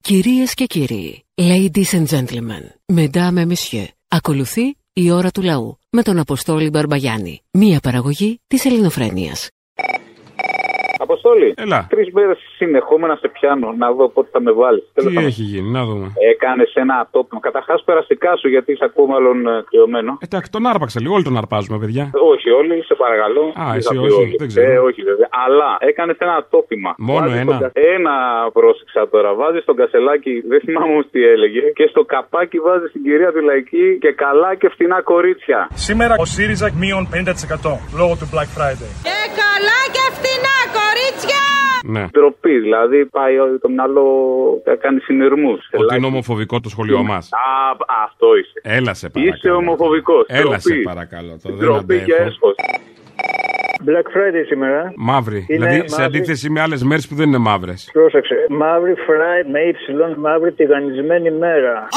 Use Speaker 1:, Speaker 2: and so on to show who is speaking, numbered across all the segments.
Speaker 1: Κυρίες και κύριοι, ladies and gentlemen, mesdames et messieurs, ακολουθεί η ώρα του λαού με τον Αποστόλη Μπαρμπαγιάννη, μία παραγωγή της ελληνοφρένειας.
Speaker 2: Αποστόλη.
Speaker 3: Έλα.
Speaker 2: Τρεις μέρες συνεχόμενα σε πιάνω να δω πότε θα με βάλεις.
Speaker 3: Τι έχει γίνει, να δούμε.
Speaker 2: Έκανε ένα απτόπνο. Καταρχάς, περαστικά σου γιατί είσαι ακόμα μάλλον ε, κρυωμένο.
Speaker 3: Εντάξει, τον άρπαξα λίγο. Όλοι τον αρπάζουμε, παιδιά.
Speaker 2: Όχι όλοι, σε παρακαλώ.
Speaker 3: Α,
Speaker 2: Μη
Speaker 3: εσύ
Speaker 2: θα πει
Speaker 3: όχι,
Speaker 2: όλοι.
Speaker 3: δεν ξέρω.
Speaker 2: Ε, όχι βέβαια. Αλλά έκανες ένα ατόπιμα.
Speaker 3: Μόνο
Speaker 2: Βάζεις
Speaker 3: ένα?
Speaker 2: τον κα- Ένα πρόσεξα τώρα. Βάζεις τον κασελάκι, δεν θυμάμαι όμως τι έλεγε. Και στο καπάκι βάζεις την κυρία του λαϊκή και καλά και φτηνά κορίτσια.
Speaker 4: Σήμερα ο ΣΥΡΙΖΑ μείον 50% λόγω του Black Friday.
Speaker 5: Και καλά και φτηνά, κορίτσια!
Speaker 3: Ναι.
Speaker 2: Ντροπή, δηλαδή πάει ο- το μυαλό, κάνει συνειρμούς.
Speaker 3: Ότι είναι ομοφοβικό το σχολείο μα.
Speaker 2: Αυτό είσαι.
Speaker 3: Έλα σε παρακαλώ.
Speaker 2: Είσαι ομοφοβικός.
Speaker 3: Έλα σε παρακαλώ. Τώρα δεν
Speaker 2: Ντροπή και
Speaker 3: αντέχω.
Speaker 2: έσχος.
Speaker 6: Black Friday σήμερα.
Speaker 3: Μαύρη.
Speaker 6: Είναι
Speaker 3: δηλαδή σε
Speaker 6: μαύρη.
Speaker 3: αντίθεση με άλλες μέρες που δεν είναι μαύρες.
Speaker 6: Πρόσεξε. Μαύρη Friday με Y, μαύρη τηγανισμένη μέρα.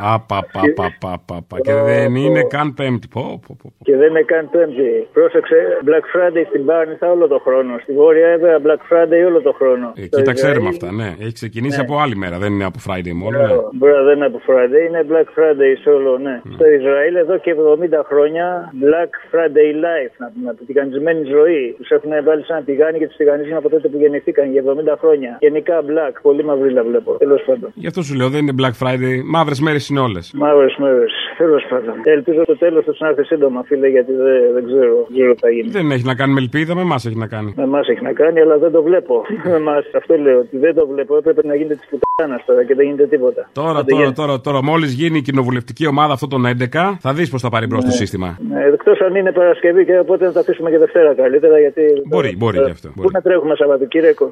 Speaker 6: Ε,
Speaker 3: Απαπαπαπαπαπα. Και δεν είναι καν πέμπτη. Πω, πω, πω, πω.
Speaker 6: Και δεν είναι καν πέμπτη. Πρόσεξε. Black Friday στην Πάρνηθα όλο το χρόνο. Στη Βόρεια Εύα Black Friday όλο το χρόνο.
Speaker 3: Ε,
Speaker 6: Δηλαδή,
Speaker 3: Εκεί τα
Speaker 6: Στο
Speaker 3: ξέρουμε
Speaker 6: Ισραήλ-
Speaker 3: αυτά, ναι. Έχει ξεκινήσει από άλλη μέρα, δεν είναι από Friday μόνο. ναι.
Speaker 6: Μπράβο. ε, Μπράβο, δεν είναι από Friday, είναι Black Friday σε όλο, ναι. Στο Ισραήλ εδώ και 70 χρόνια Black Friday Life, να πούμε, από τηγανισμένη ζωή. Τους έχουν βάλει σαν τηγάνι και τους τηγανίζουν από τότε που γεννηθήκαν για 70 χρόνια. Γενικά Black, πολύ μαυρίλα βλέπω. Τέλος πάντων.
Speaker 3: Γι' αυτό σου λέω, δεν είναι Black Friday. Μαύρες μέρες είναι όλες.
Speaker 6: Μαύρες μέρες. Τέλος πάντων. Ελπίζω το τέλος του να έρθει σύντομα, φίλε, γιατί δεν, δεν ξέρω, δεν ξέρω τι θα γίνει.
Speaker 3: Δεν έχει να κάνει με ελπίδα, με εμάς έχει να κάνει.
Speaker 6: Με εμάς έχει να κάνει, αλλά δεν το βλέπω. Με εμάς, αυτό λέω. Ότι δεν το βλέπω. Έπρεπε να γίνεται της πουτάνας τώρα και δεν γίνεται τίποτα.
Speaker 3: Τώρα,
Speaker 6: Άντε,
Speaker 3: τώρα,
Speaker 6: γεια.
Speaker 3: τώρα, τώρα, μόλις γίνει η κοινοβουλευτική ομάδα αυτό των 11, θα δεις πώς θα πάρει μπρος το σύστημα.
Speaker 6: Ναι, Εκτός αν είναι Παρασκευή και οπότε να τα αφήσουμε και Δευτέρα καλύτερα. Γιατί
Speaker 3: Μπορεί,
Speaker 6: τώρα-
Speaker 3: μπορεί
Speaker 6: τώρα-
Speaker 3: και αυτό,
Speaker 6: Πού
Speaker 3: μπορεί.
Speaker 6: να τρέχουμε Σαββατοκύριακο.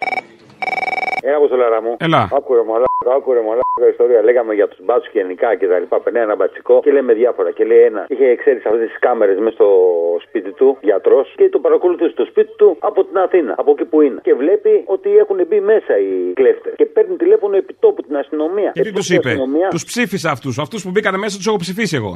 Speaker 7: Ένα από λαρά μου.
Speaker 3: Έλα.
Speaker 7: Άκουρε μαλάκα, άκουρε μαλάκα ιστορία. Λέγαμε για τους μπάτσους γενικά και τα λοιπά. Περνάει ένα μπατσικό και λέμε διάφορα. Και λέει ένα. Είχε εξαίρεση αυτές τις κάμερες μέσα στο σπίτι του, γιατρός, και το παρακολουθούσε στο σπίτι του από την Αθήνα, από εκεί που είναι. Και βλέπει ότι έχουν μπει μέσα οι κλέφτες. Και παίρνει τηλέφωνο επί τόπου την αστυνομία.
Speaker 3: Και τι
Speaker 7: Επί
Speaker 3: του
Speaker 7: τόπου
Speaker 3: είπε,
Speaker 7: αστυνομία-
Speaker 3: Τους ψήφισα αυτούς. Αυτούς που μπήκαν μέσα τους έχω ψηφίσει εγώ.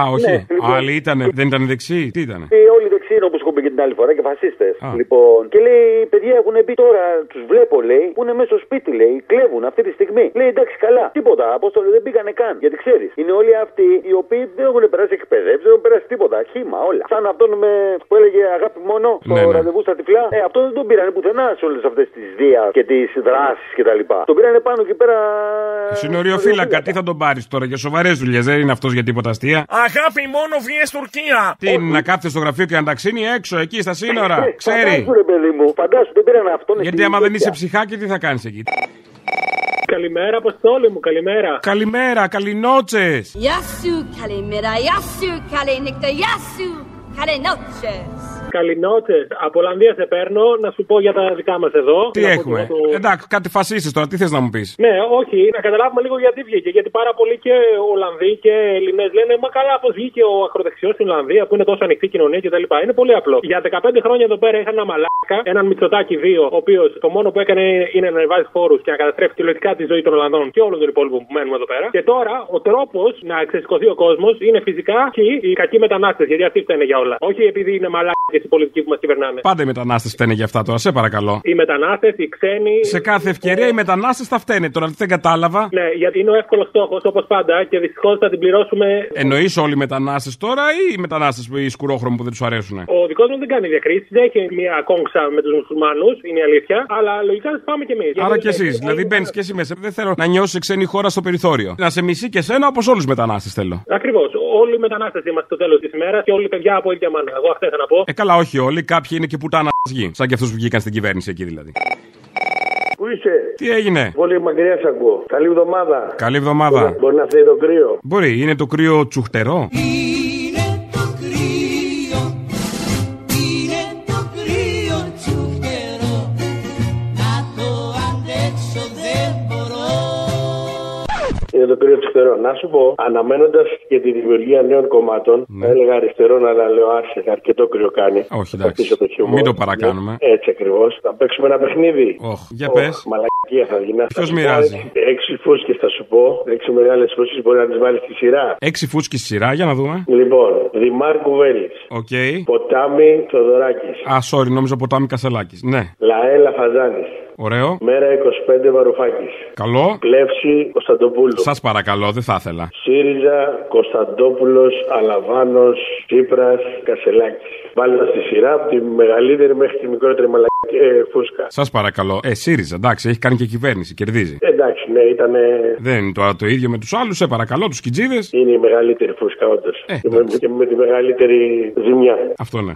Speaker 3: Α,
Speaker 7: Ναι,
Speaker 3: όχι.
Speaker 7: λοιπόν.
Speaker 3: Άλλοι ήτανε, δεν ήταν δεξιοί, τι ήτανε.
Speaker 7: Ε, όλοι δεξιοί είναι όπω έχω πει και την άλλη φορά και φασίστες.
Speaker 3: Α.
Speaker 7: Λοιπόν, και λέει: «Οι Παιδιά έχουν μπει τώρα, τους βλέπω, λέει, που είναι μέσα στο σπίτι, λέει, κλέβουν αυτή τη στιγμή. Λέει: Εντάξει, καλά, τίποτα. Απόστολε δεν πήγανε καν. Γιατί ξέρεις, είναι όλοι αυτοί οι οποίοι δεν έχουν περάσει εκπαιδεύσεις, δεν έχουν περάσει τίποτα. Χήμα, όλα. Σαν αυτόν με, που έλεγε Αγάπη μόνο στο
Speaker 3: Ναι, ναι.
Speaker 7: ραντεβού στα τυφλά. Ε, αυτό δεν τον πήρανε πουθενά σε όλες αυτές τις δίας και τις δράσεις κτλ. Τον πήρανε πάνω εκεί πέρα.
Speaker 3: Συνοριοφύλακα, τι θα τον πάρεις τώρα για σοβαρές δουλειές, δεν είναι αυτός για τίποτα αστεία.
Speaker 4: Αγάπη μόνο βγες Τουρκία.
Speaker 3: Τι είναι, να κάθεται στο γραφείο και να ταξίνει έξω, εκεί στα σύνορα. Ξέρει.
Speaker 7: Φαντάσου, Ε, ρε παιδί μου, φαντάσου, δεν πήραν αυτόν.
Speaker 3: Γιατί
Speaker 7: εκεί,
Speaker 3: άμα δεν
Speaker 7: τέτοια.
Speaker 3: είσαι ψυχάκι, τι θα κάνεις εκεί.
Speaker 8: Καλημέρα, Αποστόλη μου, καλημέρα.
Speaker 3: Καλημέρα, καληνότσες.
Speaker 5: Γεια σου, καλή μέρα, γεια σου, καλή νύχτα, γεια σου, καλή νότσες.
Speaker 8: Καληνότσε. Από Ολλανδίας σε παίρνω να σου πω για τα δικά μας εδώ.
Speaker 3: Τι
Speaker 8: Να πω
Speaker 3: έχουμε.
Speaker 8: το- το-
Speaker 3: Εντάξει, κάτι φασίστες τώρα, τι θες να μου πεις.
Speaker 8: Ναι, όχι, να καταλάβουμε λίγο γιατί βγήκε. Γιατί πάρα πολλοί και Ολλανδοί και Ελληνές λένε Μα καλά, πώς βγήκε ο ακροδεξιός στην Ολλανδία που είναι τόσο ανοιχτή κοινωνία κτλ. Είναι πολύ απλό. Για 15 χρόνια εδώ πέρα είχα ένα μαλάκα, έναν Μητσοτάκι 2, ο οποίος το μόνο που έκανε είναι να ανεβάζει φόρου και να καταστρέφει κυριολεκτικά τη ζωή των Ολλανδών και όλων των υπόλοιπων που μένουμε εδώ πέρα. Και τώρα ο τρόπος να ξεσηκωθεί ο κόσμος είναι φυσικά και οι κακοί μετανάστες. Γιατί αυτοί φταίνε για όλα. Όχι επειδή είναι μαλάκες οι πολιτικοί που μας κυβερνάνε.
Speaker 3: Πάντα οι μετανάστες φταίνε για αυτά τώρα, σε παρακαλώ.
Speaker 8: Οι μετανάστες, οι ξένοι.
Speaker 3: Σε κάθε ευκαιρία οι μετανάστες θα φταίνε τώρα, δεν κατάλαβα.
Speaker 8: Ναι, γιατί είναι ο εύκολος στόχος όπως πάντα και δυστυχώς θα την πληρώσουμε.
Speaker 3: Εννοείς όλοι οι μετανάστες τώρα ή οι μετανάστες που οι σκουρόχρωμοι που δεν τους αρέσουν.
Speaker 8: Ο δικός μου δεν κάνει διακρίσεις, δεν έχει μια κόγκσα με τους μουσουλμάνους, είναι η αλήθεια. Αλλά λογικά θα πάμε κι εμείς.
Speaker 3: Άρα κι
Speaker 8: Ε,
Speaker 3: εσείς. Δηλαδή μπαίνεις κι εσύ μέσα. Δεν θέλω να νιώσει ξένη χώρα στο περιθώριο. Να σε μισεί και σένα όπως όλους τους μετανάστες θέλω.
Speaker 8: Ακριβώς. Όλοι οι μετανάστες είμαστε στο τέλος της ημέρας και όλοι οι παιδιά από ίδια μάνα. Εγώ αυτά είχα να πω.
Speaker 3: Ε, καλά, όχι όλοι. Κάποιοι είναι και πουτάνα γης. Σαν και αυτούς που βγήκαν στην κυβέρνηση εκεί δηλαδή.
Speaker 9: Πού είσαι,
Speaker 3: Τι έγινε.
Speaker 9: πολύ μακριά σ' ακούω. Καλή εβδομάδα.
Speaker 3: Καλή εβδομάδα.
Speaker 9: Μπορεί να φταίει το κρύο.
Speaker 3: Μπορεί, είναι το κρύο τσουχτερό.
Speaker 9: Είναι το κρύο αριστερό. Να σου πω, αναμένοντας και τη δημιουργία νέων κομμάτων, θα έλεγα αριστερών, αλλά λέω άρχισε, αρκετό κρύο κάνει.
Speaker 3: Ναι. Όχι,
Speaker 9: Θα
Speaker 3: εντάξει.
Speaker 9: αφήσω το χιούμορ.
Speaker 3: Μην το παρακάνουμε.
Speaker 9: Ναι, έτσι ακριβώς. Θα παίξουμε ένα παιχνίδι.
Speaker 3: Όχ, για πες.
Speaker 9: Μαλακία μαλακία θα γίνει.
Speaker 3: Ποιος μοιράζει?
Speaker 9: Έξι φούσκες θα σου πω. Έξι μεγάλες φούσκες μπορεί να τις βάλεις στη σειρά.
Speaker 3: Έξι φούσκι στη σειρά, για να δούμε.
Speaker 9: Λοιπόν, Δημάρ Κουβέλης.
Speaker 3: Οκ.
Speaker 9: Ποτάμι Θοδωράκη.
Speaker 3: Α, sorry, νόμιζα ποτάμι Κασελάκης. Ναι,
Speaker 9: Λαέλα Φαζάνη.
Speaker 3: ωραίο.
Speaker 9: Μέρα 25 Βαρουφάκης.
Speaker 3: Καλό.
Speaker 9: Πλεύση Κωνσταντοπούλου.
Speaker 3: Σας παρακαλώ, δεν θα ήθελα.
Speaker 9: ΣΥΡΙΖΑ Κωνσταντόπουλος Αλαβάνος Τσίπρας Κασελάκης. Βάλτε στη σειρά από τη μεγαλύτερη μέχρι τη μικρότερη μαλακία ε, φούσκα.
Speaker 3: Σας παρακαλώ. Ε, ΣΥΡΙΖΑ, εντάξει, έχει κάνει και κυβέρνηση, κερδίζει.
Speaker 9: Εντάξει, ναι, ήταν.
Speaker 3: Δεν είναι τώρα το ίδιο με τους άλλους, σε παρακαλώ, τους κοιτζίδε.
Speaker 9: Είναι η μεγαλύτερη φούσκα, όντως.
Speaker 3: Ε,
Speaker 9: και, με,
Speaker 3: εντάξει.
Speaker 9: και με τη μεγαλύτερη ζημιά.
Speaker 3: Αυτό ναι.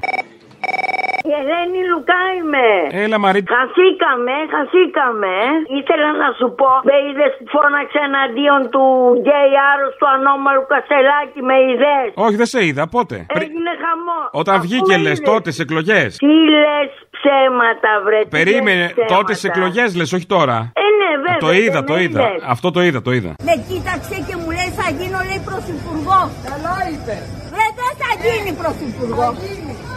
Speaker 10: Η Ελένη Λουκά είμαι.
Speaker 3: Έλα, Μαρί.
Speaker 10: Χαθήκαμε, χαθήκαμε. Ήθελα να σου πω, με είδες φώναξε εναντίον του γκέι άρρωστου ανώμαλου Κασελάκη, με είδες.
Speaker 3: Όχι, δεν σε είδα, πότε. Πρι-
Speaker 10: Έγινε χαμό.
Speaker 3: Όταν
Speaker 10: Αφού
Speaker 3: βγήκε, λες
Speaker 10: είδες.
Speaker 3: τότε σε εκλογές.
Speaker 10: Τι λες ψέματα, βρε. τι λες
Speaker 3: Περίμενε,
Speaker 10: ψέματα.
Speaker 3: τότε σε εκλογές, λες, όχι τώρα.
Speaker 10: Ε, ναι, βέβαια.
Speaker 3: Το είδα,
Speaker 10: δεν
Speaker 3: το
Speaker 10: με
Speaker 3: είδα.
Speaker 10: είδες.
Speaker 3: Αυτό το είδα, το είδα.
Speaker 11: Με Ναι, κοίταξε και μου λέει θα γίνω λέει πρωθυπουργός. Καλά είπε. Ρε δεν θα γίνει πρωθυπουργό.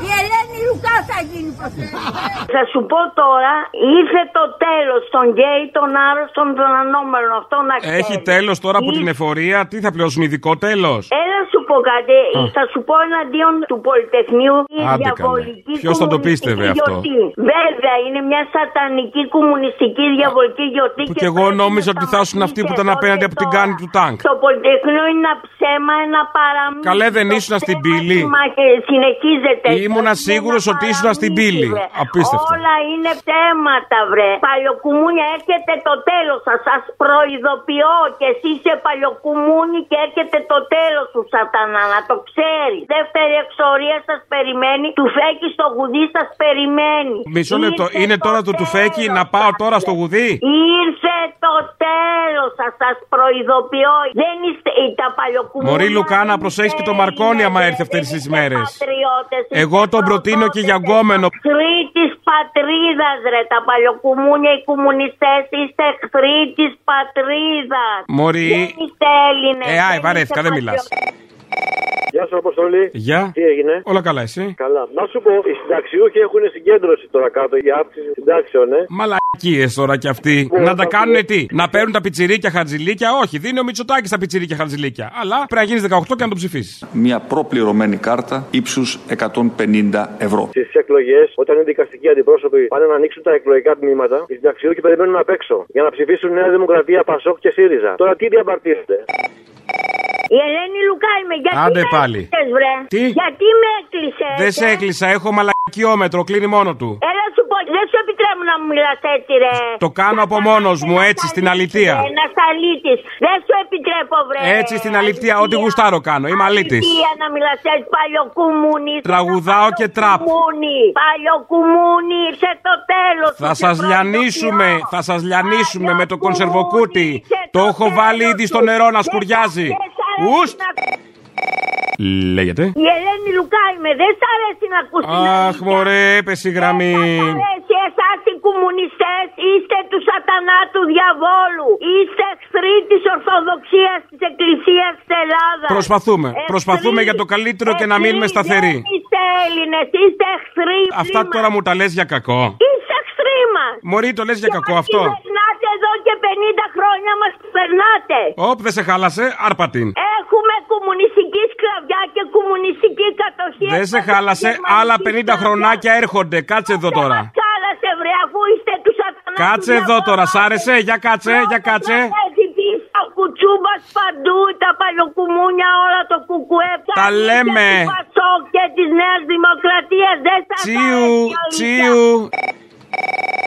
Speaker 11: Η Ελένη Λουκά θα γίνει πρωθυπουργό.
Speaker 10: Θα σου πω τώρα, ήρθε το τέλος των γκέι, των άρρωστων, των ανώμαλων. Αυτό να ξέρεις.
Speaker 3: Έχει τέλος τώρα από την εφορία, τι θα πληρώσουν, ειδικό τέλος.
Speaker 10: Έλα σου πω κάτι, θα σου πω εναντίον του Πολυτεχνείου η
Speaker 3: Άντε καλέ.
Speaker 10: διαβολική
Speaker 3: Ποιος θα το
Speaker 10: κομμουνιστική
Speaker 3: πίστευε αυτό?
Speaker 10: γιορτή. Βέβαια είναι μια σατανική κομμουνιστική διαβολική γιορτή.
Speaker 3: Που κι εγώ
Speaker 10: πρέπει να
Speaker 3: νόμιζα ότι θα ήσουν αυτοί που ήταν
Speaker 10: σταματήσει
Speaker 3: απέναντι
Speaker 10: εδώ
Speaker 3: από την
Speaker 10: και
Speaker 3: κάνη
Speaker 10: τώρα.
Speaker 3: του τάγκ.
Speaker 10: Το Πολυτεχνείο είναι ένα ψέμα, ένα παραμύθι.
Speaker 3: Καλέ, δεν
Speaker 10: Το
Speaker 3: ήσουν στην
Speaker 10: ψέμα
Speaker 3: πύλη.
Speaker 10: συμμαχε- Συνεχίζεται.
Speaker 3: Ήμουνα
Speaker 10: Είναι ένα
Speaker 3: σίγουρος ότι ήσουν στην
Speaker 10: παραμύθι,
Speaker 3: πύλη.
Speaker 10: βρε.
Speaker 3: Απίστευτο.
Speaker 10: Όλα είναι ψέματα, βρε. Παλιοκουμούνια, έρχεται το τέλος σας. Σας προειδοποιώ και εσύ είσαι παλιοκουμούνι και έρχεται το τέλος σου, Σατανά. Να το ξέρεις. Δεύτερη εξορία σας περιμένει. Του φέκει στο γουδί σας περιμένει.
Speaker 3: Μισό λεπτό,
Speaker 10: Ήρθε
Speaker 3: είναι τώρα το τουφέκι
Speaker 10: τέλος
Speaker 3: να πάω
Speaker 10: σας.
Speaker 3: τώρα στο γουδί.
Speaker 10: Ήρθε το τέλος σας, σας προειδοποιώ. Δεν είστε οι- τα παλιοκουμούνια.
Speaker 3: Μωρή Λουκά, να προσέχεις και το Μαρκόνι άμα έρθει αυτές τις μέρες. Εγώ τον προτείνω και για γκόμενο.
Speaker 10: Εχθροί τη πατρίδας, ρε. Τα παλιοκουμούνια, οι κομμουνιστές είστε εχθροί τη πατρίδας.
Speaker 3: Μωρή.
Speaker 10: Δεν είστε Έλληνες.
Speaker 3: Ε, άι, βαρέθηκα, δεν μιλάς.
Speaker 12: Γεια σου, Αποστολή.
Speaker 3: Γεια.
Speaker 12: Τι έγινε.
Speaker 3: Όλα καλά, εσύ.
Speaker 12: Καλά. Να σου πω, οι συνταξιούχοι έχουν συγκέντρωση τώρα κάτω για αύξηση συντάξεων, ε.
Speaker 3: Μαλακίες τώρα κι αυτοί. Να τα κάνουν τι. Να παίρνουν τα πιτσιρίκια χαρτζηλίκια. Όχι, δίνει ο Μητσοτάκης τα πιτσιρίκια χαρτζηλίκια. Αλλά πρέπει να γίνεις 18 και να το ψηφίσεις.
Speaker 13: μια προπληρωμένη κάρτα ύψους 150 ευρώ.
Speaker 12: Στις εκλογές, όταν οι δικαστικοί αντιπρόσωποι πάνε να ανοίξουν τα εκλογικά τμήματα, οι συνταξιούχοι περιμένουν απ' έξω για να ψηφίσουν Νέα Δημοκρατία, Πασόκ και ΣΥΡΙΖΑ. Τώρα τι διαπαρτίζεται.
Speaker 10: Η Ελένη Λουκά είμαι. Γιατί
Speaker 3: Άντε
Speaker 10: με
Speaker 3: πάλι.
Speaker 10: έκλεισες, βρε.
Speaker 3: Τι?
Speaker 10: Γιατί με έκλεισες.
Speaker 3: Δεν σε έκλεισα, έχω μαλακιόμετρο, κλείνει μόνο του.
Speaker 10: Έλα σου πω, δεν σου επιτρέπω να μου μιλάς έτσι, ρε.
Speaker 3: Το κάνω από μόνος μου, έτσι στην αλητεία.
Speaker 10: Ένα αλήτη. Δεν σου επιτρέπω, βρε.
Speaker 3: Έτσι στην αλητεία, ό,τι γουστάρω κάνω. Είμαι αλήτης.
Speaker 10: Αλήθεια να μιλάς έτσι, παλιοκουμούνι.
Speaker 3: Τραγουδάω και τραπ.
Speaker 10: Παλιοκουμούνι. Παλιοκουμούνι, ήρθε το τέλος.
Speaker 3: Θα σα λιανίσουμε, θα σας λιανίσουμε με το κονσερβοκούτι. Το έχω βάλει ήδη στο νερό να σκουριάζει. Ουστ! Λέγεται.
Speaker 10: Η Ελένη Λουκά είμαι, δεν σ' αρέσει να ακούσει.
Speaker 3: Αχ, μωρέ, έπεσε η γραμμή.
Speaker 10: αρέσει εσάς οι κομμουνιστές είστε του σατανά του διαβόλου. Είστε εχθροί της Ορθοδοξίας της Εκκλησίας της Ελλάδας.
Speaker 3: Προσπαθούμε. Προσπαθούμε για το καλύτερο και να μείνουμε σταθεροί.
Speaker 10: Δεν είστε Έλληνες, είστε εχθροί.
Speaker 3: Αυτά
Speaker 10: μας.
Speaker 3: τώρα μου τα λες για κακό.
Speaker 10: Είστε εχθροί μα.
Speaker 3: Μωρή, το λες για κακό αυτό.
Speaker 10: Περνάτε εδώ και 50 χρόνια μας περνάτε.
Speaker 3: Όπ, δεν σε χάλασε, άρπα την.
Speaker 10: Έχουμε κομμουνιστική σκλαβιά και κομμουνιστική κατοχή.
Speaker 3: Δεν σε χάλασε, άλλα 50 χρονάκια έρχονται. Κάτσε εδώ τώρα.
Speaker 10: Κάλασε βρε αφού είστε τους σατανά.
Speaker 3: Κάτσε εδώ τώρα, σ' άρεσε, για κάτσε, για κάτσε.
Speaker 10: Τα κουτσούμπα παντού, τα παλιοκουμούνια, όλα το κουκουέ.
Speaker 3: Τα
Speaker 10: κανείς
Speaker 3: λέμε.
Speaker 10: Και του Πασόκ και τη Νέα Δημοκρατία δεν σα
Speaker 3: Τσίου, τσίου.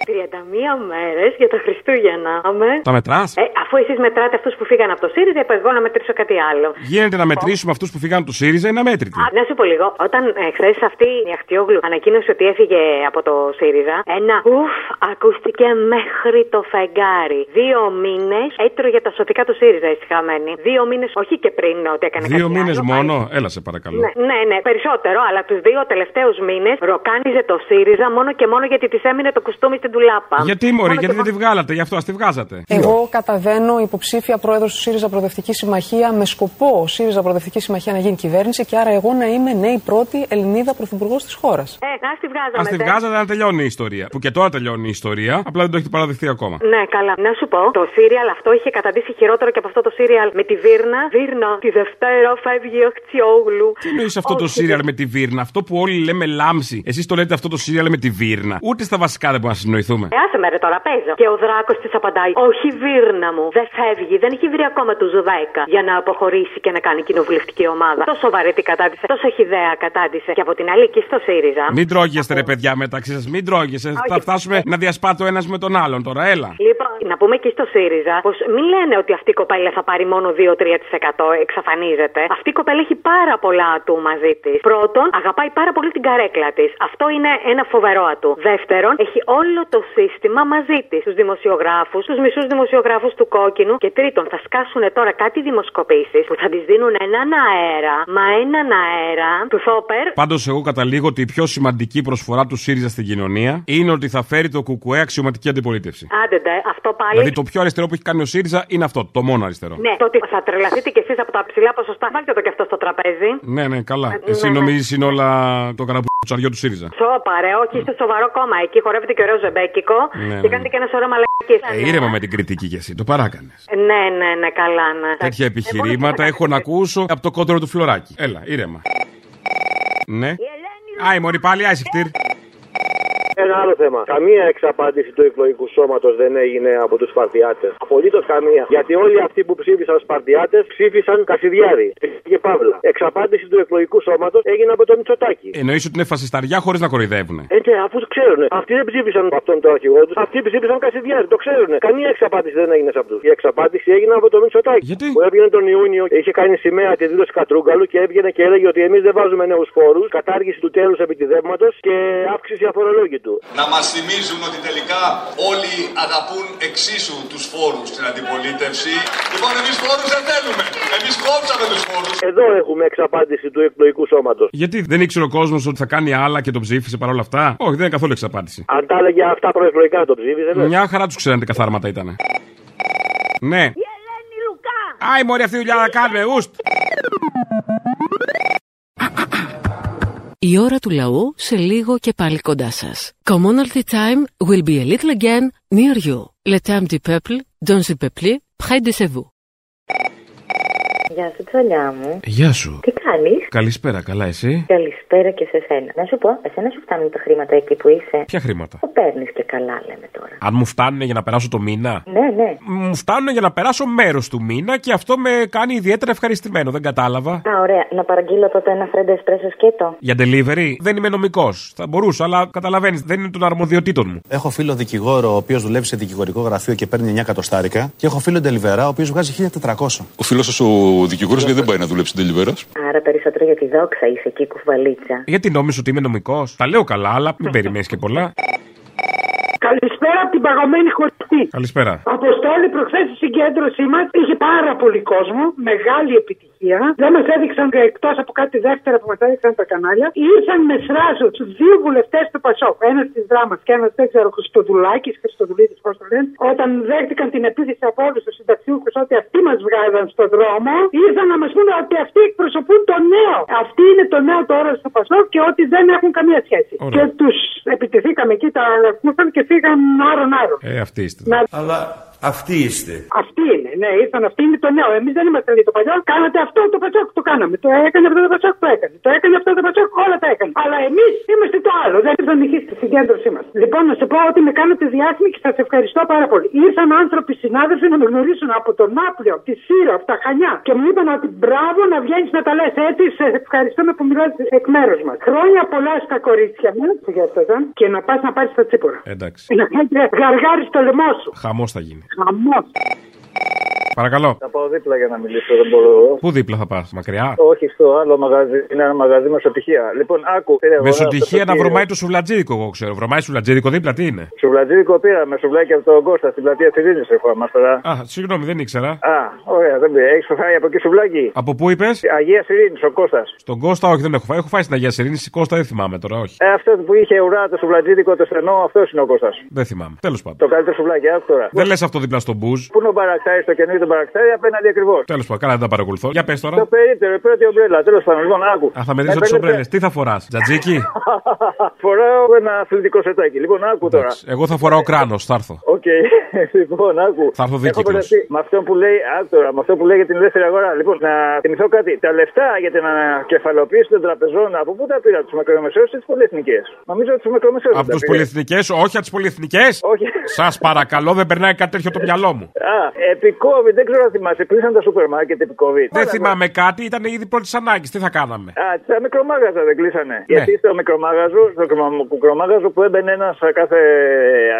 Speaker 14: 31 μέρες για τα Χριστούγεννα. Αμέ.
Speaker 3: Τα μετράς?
Speaker 14: Ε, αφού εσείς μετράτε αυτούς που φύγαν από το ΣΥΡΙΖΑ, είπα εγώ να μετρήσω κάτι άλλο.
Speaker 3: Γίνεται να μετρήσουμε αυτούς που φύγαν του ΣΥΡΙΖΑ, είναι αμέτρητοι.
Speaker 14: Α, Να σου πω λίγο, όταν ε, χθες αυτή η Αχτιόγλου ανακοίνωσε ότι έφυγε από το ΣΥΡΙΖΑ, ένα ουφ ακούστηκε μέχρι το φεγγάρι. Δύο μήνες έτρωγε τα σωτικά του ΣΥΡΙΖΑ, η συγχαμένη. Δύο μήνες, όχι και πριν ότι έκανε
Speaker 3: Δύο
Speaker 14: κάτι
Speaker 3: μήνες
Speaker 14: άλλο,
Speaker 3: μόνο, έλα σε παρακαλώ.
Speaker 14: Ναι, ναι, ναι, περισσότερο, αλλά τους δύο τελευταίους μήνες ροκάνιζε το ΣΥΡΙΖΑ μόνο και μόνο γιατί της έμεινε το κουστούμι στην τουλάπα.
Speaker 3: Γιατί μωρή, γιατί δεν τη βγάλατε, γι' αυτό ας τη βγάζατε.
Speaker 15: Εγώ καταβαίνω
Speaker 16: συγκεκριμένο υποψήφια πρόεδρος του ΣΥΡΙΖΑ Προοδευτικής Συμμαχίας με σκοπό ο ΣΥΡΙΖΑ Προοδευτικής Συμμαχίας να γίνει κυβέρνηση και άρα εγώ να είμαι νέη πρώτη Ελληνίδα πρωθυπουργός της χώρας.
Speaker 14: Ε, α τη βγάζαμε.
Speaker 3: Ας τη
Speaker 14: τε.
Speaker 3: βγάζατε να τελειώνει η ιστορία. Που και τώρα τελειώνει η ιστορία, απλά δεν το έχετε παραδεχθεί ακόμα.
Speaker 14: Ναι, καλά. Να σου πω, το σύριαλ αυτό είχε καταντήσει χειρότερο και από αυτό το σύριαλ με τη Βίρνα. Βίρνα, τη Δευτέρα φεύγει ο Χτσιόγλου.
Speaker 3: Τι εννοείς αυτό το σύριαλ με τη Βίρνα, αυτό που όλοι λέμε λάμψη. Εσείς το λέτε αυτό το σύριαλ με τη Βίρνα. Ούτε στα βασικά δεν μπορούμε να συνοηθούμε.
Speaker 14: Ε, άσε με ρε τώρα, παίζω. Και ο Δράκος της απαντάει: Όχι, Βίρνα μου, δεν φεύγει, δεν έχει βρει ακόμα του 10 για να αποχωρήσει και να κάνει κοινοβουλευτική ομάδα. Τόσο βαρετή κατάντησε, τόσο χιδέα κατάντησε. Και από την άλλη, και στο ΣΥΡΙΖΑ.
Speaker 3: Μην τρώγεστε, ρε παιδιά, μεταξύ σας. Μην τρώγεστε. Θα φτάσουμε να διασπάτε ο ένας με τον άλλον τώρα. Έλα.
Speaker 14: Λοιπόν, να πούμε και στο ΣΥΡΙΖΑ πως μην λένε ότι αυτή η κοπέλα θα πάρει μόνο 2-3% εξαφανίζεται. Αυτή η κοπέλα έχει πάρα πολλά ατού μαζί της. Πρώτον, αγαπάει πάρα πολύ την καρέκλα της. Αυτό είναι ένα φοβερό ατού. Δεύτερον, έχει όλο το σύστημα μαζί της. Τους δημοσιογράφους, τους μισούς δημοσιογράφους του κόκκινου. Και τρίτον, θα σκάσουν τώρα κάτι δημοσκοπήσεις που θα της δίνουν έναν αέρα. Μα έναν αέρα του Θόπερ.
Speaker 3: Πάντως, εγώ καταλήγω ότι η πιο σημαντική προσφορά του ΣΥΡΙΖΑ στην κοινωνία είναι ότι θα φέρει το κουκουέ αξιωματική αντιπολίτευση.
Speaker 14: Άντε, ντε, αυτό πάλι.
Speaker 3: Δηλαδή, το πιο αριστερό που έχει κάνει ο ΣΥΡΙΖΑ είναι αυτό. Το μόνο αριστερό.
Speaker 14: Ναι, το ότι θα τρελαθείτε κι εσείς από τα ψηλά ποσοστά. Βάλτε το κι αυτό στο τραπέζι.
Speaker 3: Ναι, ναι, καλά.
Speaker 14: ναι,
Speaker 3: Εσύ
Speaker 14: ναι.
Speaker 3: νομίζεις είναι όλα το καραμπουτσαριό του ΣΥΡΙΖΑ.
Speaker 14: Σώπα, ρε, όχι, είστε σοβαρό κόμμα. Εκεί χορεύετε και ωραίο ζεμπέκικο
Speaker 3: Ναι,
Speaker 14: και
Speaker 3: ναι.
Speaker 14: κάνετε και ένα σωρό μαλακίες.
Speaker 3: Ε, ήρεμα με την κριτική κι εσύ, το παράκανες.
Speaker 14: Ναι, ναι, ναι, καλά, ναι.
Speaker 3: Τέτοια επιχειρήματα έχω να ακούσω από το κόντρο του φλωράκι. Έλα, ήρεμα. Ναι. Άι, μωρή πάλι, άι, σε χτύρ.
Speaker 17: Ένα άλλο θέμα. Καμία εξαπάντηση του εκλογικού σώματος δεν έγινε από τους Σπαρτιάτες. Απολύτως καμία. Γιατί όλοι αυτοί που ψήφισαν Σπαρτιάτες ψήφισαν Κασιδιάρη. Και Παύλα. Εξαπάντηση του εκλογικού σώματος έγινε από τον Μητσοτάκη.
Speaker 3: Εννοείς ότι είναι φασισταριά χωρίς να κοροϊδεύουν.
Speaker 17: Ε, ναι, αφού το ξέρουν. Αυτοί δεν ψήφισαν αυτόν τον αρχηγό τους. Αυτοί ψήφισαν Κασιδιάρη. Το ξέρουν. Καμία εξαπάντηση δεν έγινε σε αυτούς. Η εξαπάντηση έγινε από τον Μητσοτάκη.
Speaker 3: Γιατί?
Speaker 17: Που έβγαινε τον Ιούνιο, είχε κάνει σημαία τη δήλωση Κατρούγκαλου και έβγαινε και έλεγε ότι εμείς δεν βάζουμε νέους φόρου, κατάργηση του τέλους επιτιδεύματος και αύξηση αφορολόγητου.
Speaker 4: Να μας θυμίζουν ότι τελικά όλοι αγαπούν εξίσου τους φόρους στην αντιπολίτευση. Λοιπόν, εμείς φόρους δεν θέλουμε. Εμείς κόψαμε τους φόρους.
Speaker 17: Εδώ έχουμε εξαπάντηση του εκλογικού σώματος.
Speaker 3: Γιατί δεν ήξερε ο κόσμος ότι θα κάνει άλλα και τον ψήφισε παρόλα αυτά. Όχι, δεν είναι καθόλου εξαπάντηση.
Speaker 17: Αν τα έλεγε αυτά προεκλογικά το ψήφιζε. λες.
Speaker 3: Μια χαρά τους ξέρανε τι καθάρματα ήταν. Ναι. Άι, μωρή αυτή η δουλειά να κάνουμε. Ουστ.
Speaker 1: Η ώρα του λαού σε λίγο και πάλι κοντά σας. Commonalty time will be a little again near you. Le temps du peuple, dans le peuple, près de chez vous.
Speaker 13: Γεια σου, τσολιά μου.
Speaker 3: Γεια σου.
Speaker 13: Τι κάνεις.
Speaker 3: Καλησπέρα, καλά εσύ.
Speaker 13: Καλησπέρα και σε σένα. Να σου πω, εσένα σου φτάνουν τα χρήματα εκεί που είσαι.
Speaker 3: Ποια χρήματα.
Speaker 13: Το παίρνεις και καλά, λέμε τώρα.
Speaker 3: Αν μου φτάνουν για να περάσω το μήνα.
Speaker 13: Ναι, ναι.
Speaker 3: Μου φτάνουν για να περάσω μέρος του μήνα και αυτό με κάνει ιδιαίτερα ευχαριστημένο. Δεν κατάλαβα.
Speaker 13: Α, ωραία. Να παραγγείλω τότε ένα φρέντε εσπρέσο σκέτο.
Speaker 3: Για delivery δεν είμαι νομικός. Θα μπορούσα, αλλά καταλαβαίνεις, δεν είναι των αρμοδιοτήτων μου.
Speaker 18: Έχω φίλο δικηγόρο, ο οποίος δουλεύει σε δικηγορικό γραφείο και παίρνει 9 κατοστάρικα. Και έχω φίλο ντελιβερά, ο οποίος βγάζει 1400.
Speaker 19: Ο φίλος σας ο δικηγόρος γιατί δεν πάει να δουλέψει στην Τελιβέρα.
Speaker 13: Άρα περισσότερο για τη δόξα είσαι εκεί, κουβαλίτσα.
Speaker 3: Γιατί νόμιζες ότι είμαι νομικός. Τα λέω καλά, αλλά μην περιμένεις και πολλά.
Speaker 20: Καλησπέρα από την παγωμένη χωριστή.
Speaker 3: Καλησπέρα.
Speaker 20: Αποστόλη, προχθές η συγκέντρωσή μας είχε πάρα πολύ κόσμο, μεγάλη επιτυχία. Δεν μας έδειξαν εκτός από κάτι δεύτερα που μας έδειξαν τα κανάλια. Ήρθαν με σράζο τους δύο βουλευτές του Πασόκ. Ένας της Δράμας και ένας δεν ξέρω Χριστοδουλάκης, Χριστοδουλίδης, πώς το λένε. Όταν δέχτηκαν την επίθεση από όλους τους συνταξιούχους ότι αυτοί μας βγάζαν στον δρόμο, ήρθαν να μας πούνε ότι αυτοί εκπροσωπούν το νέο. Αυτοί είναι το νέο τώρα στο Πασόκ και ότι δεν έχουν καμία σχέση.
Speaker 3: Ωραία.
Speaker 20: Και τους επιτεθήκαμε εκεί, τα ακούσαν και φύγαν άρον-άρον.
Speaker 3: Ε, αυτοί είστε.
Speaker 20: Να-
Speaker 19: Αλλά αυτοί είστε.
Speaker 20: Αυτή είναι, ναι, ήρθαν αυτοί, είναι το νέο. Εμείς δεν είμαστε λέει, το παλιό. Κάνατε αυτό το πατσόκ, το κάναμε. Το έκανε αυτό το πατσόκ, το έκανε. Το έκανε αυτό το πατσόκ, όλα τα έκανε. Αλλά εμείς είμαστε το άλλο. Δεν ήρθαν εκεί στη συγκέντρωσή μας. Λοιπόν, να σου πω ότι με κάνετε διάσημη και σας ευχαριστώ πάρα πολύ. Ήρθαν άνθρωποι συνάδελφοι να με γνωρίσουν από τον Άπλιο, τη Σύρο, από τα Χανιά και μου είπαν ότι μπράβο να βγαίνεις να τα λες έτσι. Σε ευχαριστούμε που μιλάτε εκ μέρους μας. Χρόνια πολλά στα κορίτσια μου που γιορτάζαν και να πας να πάρεις τα τσίπουρα.
Speaker 3: Εντάξει.
Speaker 20: Να κάνετε γαργάρι στο λαιμό σου.
Speaker 3: Χαμός θα γίνει.
Speaker 20: Χαμός.
Speaker 3: Παρακαλώ.
Speaker 6: Θα πάω δίπλα για να μιλήσω, δεν μπορώ. εγώ.
Speaker 3: Πού δίπλα θα πας, μακριά.
Speaker 6: Όχι στο άλλο μαγαζί, είναι ένα μαγαζί μεσοτυχία. Λοιπόν, άκου. πήρα εγώ
Speaker 3: Μεσοτυχία
Speaker 6: αυτό το
Speaker 3: να
Speaker 6: κύριο.
Speaker 3: βρωμάει το σουβλατζίδικο, εγώ ξέρω. Βρωμάει σουβλατζίδικο δίπλα, τι είναι.
Speaker 6: Σουβλατζίδικο πήραμε, σουβλάκι από τον Κώστα στην πλατεία Θηρήνη ερχόμαστε. α.
Speaker 3: Α, συγγνώμη, δεν ήξερα.
Speaker 6: Α, ωραία, δεν πειράζει. Έχεις φάει από εκεί σουβλάκι.
Speaker 3: Από πού είπες?
Speaker 6: Αγία Σιρήνη, ο Κώστας.
Speaker 3: Στον Κώστα, όχι, δεν έχω φάει. Έχω φάει στην Αγία Σιρήνη, στην Κώστα δεν θυμάμαι τώρα, όχι.
Speaker 6: Ε, αυτός που είχε ουρά το σουβλατζίδικο το στενό, αυτός είναι ο Κώστας.
Speaker 3: Δεν θυμάμαι. Τέλος πάντων.
Speaker 6: Το καλύτερο σουβλάκι, άκου τώρα.
Speaker 3: Δεν λες αυτό δίπλα στον Μπουζ.
Speaker 6: Πού είναι ο μπαρακτάρι, το καινούριο μπαρακτάρι απέναντι ακριβώς.
Speaker 3: Τέλος πάντων, καλά δεν τα παρακολουθώ. Για πες τώρα.
Speaker 6: Το περίπτερο, η πρώτη ομπρέλα, τέλος πάντων, λοιπόν, άκου.
Speaker 3: Α, θα με ρίξω τι ομπρέλες. Τι θα φοράς, Τζατζίκι.
Speaker 6: Φοράω ένα αθλητικό σετάκι. Λοιπόν, άκου τώρα.
Speaker 3: Εγώ θα φοράω κράνος, θα έρθω.
Speaker 6: Οκ, λοιπόν, άκου.
Speaker 3: Θα έρθω
Speaker 6: Έχω
Speaker 3: δίκυκλος.
Speaker 6: μπερδευτεί με αυτό που λέει άκτορα, με αυτό που λέει για την ελεύθερη αγορά. Λοιπόν, να θυμηθώ κάτι. Τα λεφτά για την ανακεφαλοποίηση των τραπεζών από πού τα πήρα, από τους μικρομεσαίου ή τις πολυεθνικές. Νομίζω ότι τους μικρομεσαίου.
Speaker 3: Από τι πολυεθνικές, όχι από τις πολυεθνικές. Σας παρακαλώ, δεν περνάει κάτι τέτοιο το μυαλό μου.
Speaker 6: Α, επί COVID, δεν ξέρω αν θυμάσαι, κλείσαν τα σούπερ μάρκετ επί COVID.
Speaker 3: Δεν
Speaker 6: Όλα-
Speaker 3: θυμάμαι κάτι, ήταν ήδη πρώτη ανάγκης. Τι θα κάναμε.
Speaker 6: Α, τα μικρομάγαζα δεν κλείσανε.
Speaker 3: Ναι.
Speaker 6: Γιατί στο μικρομάγαζο, στο μικρο- μικρομάγαζο που έμπαινε ένας σε κάθε.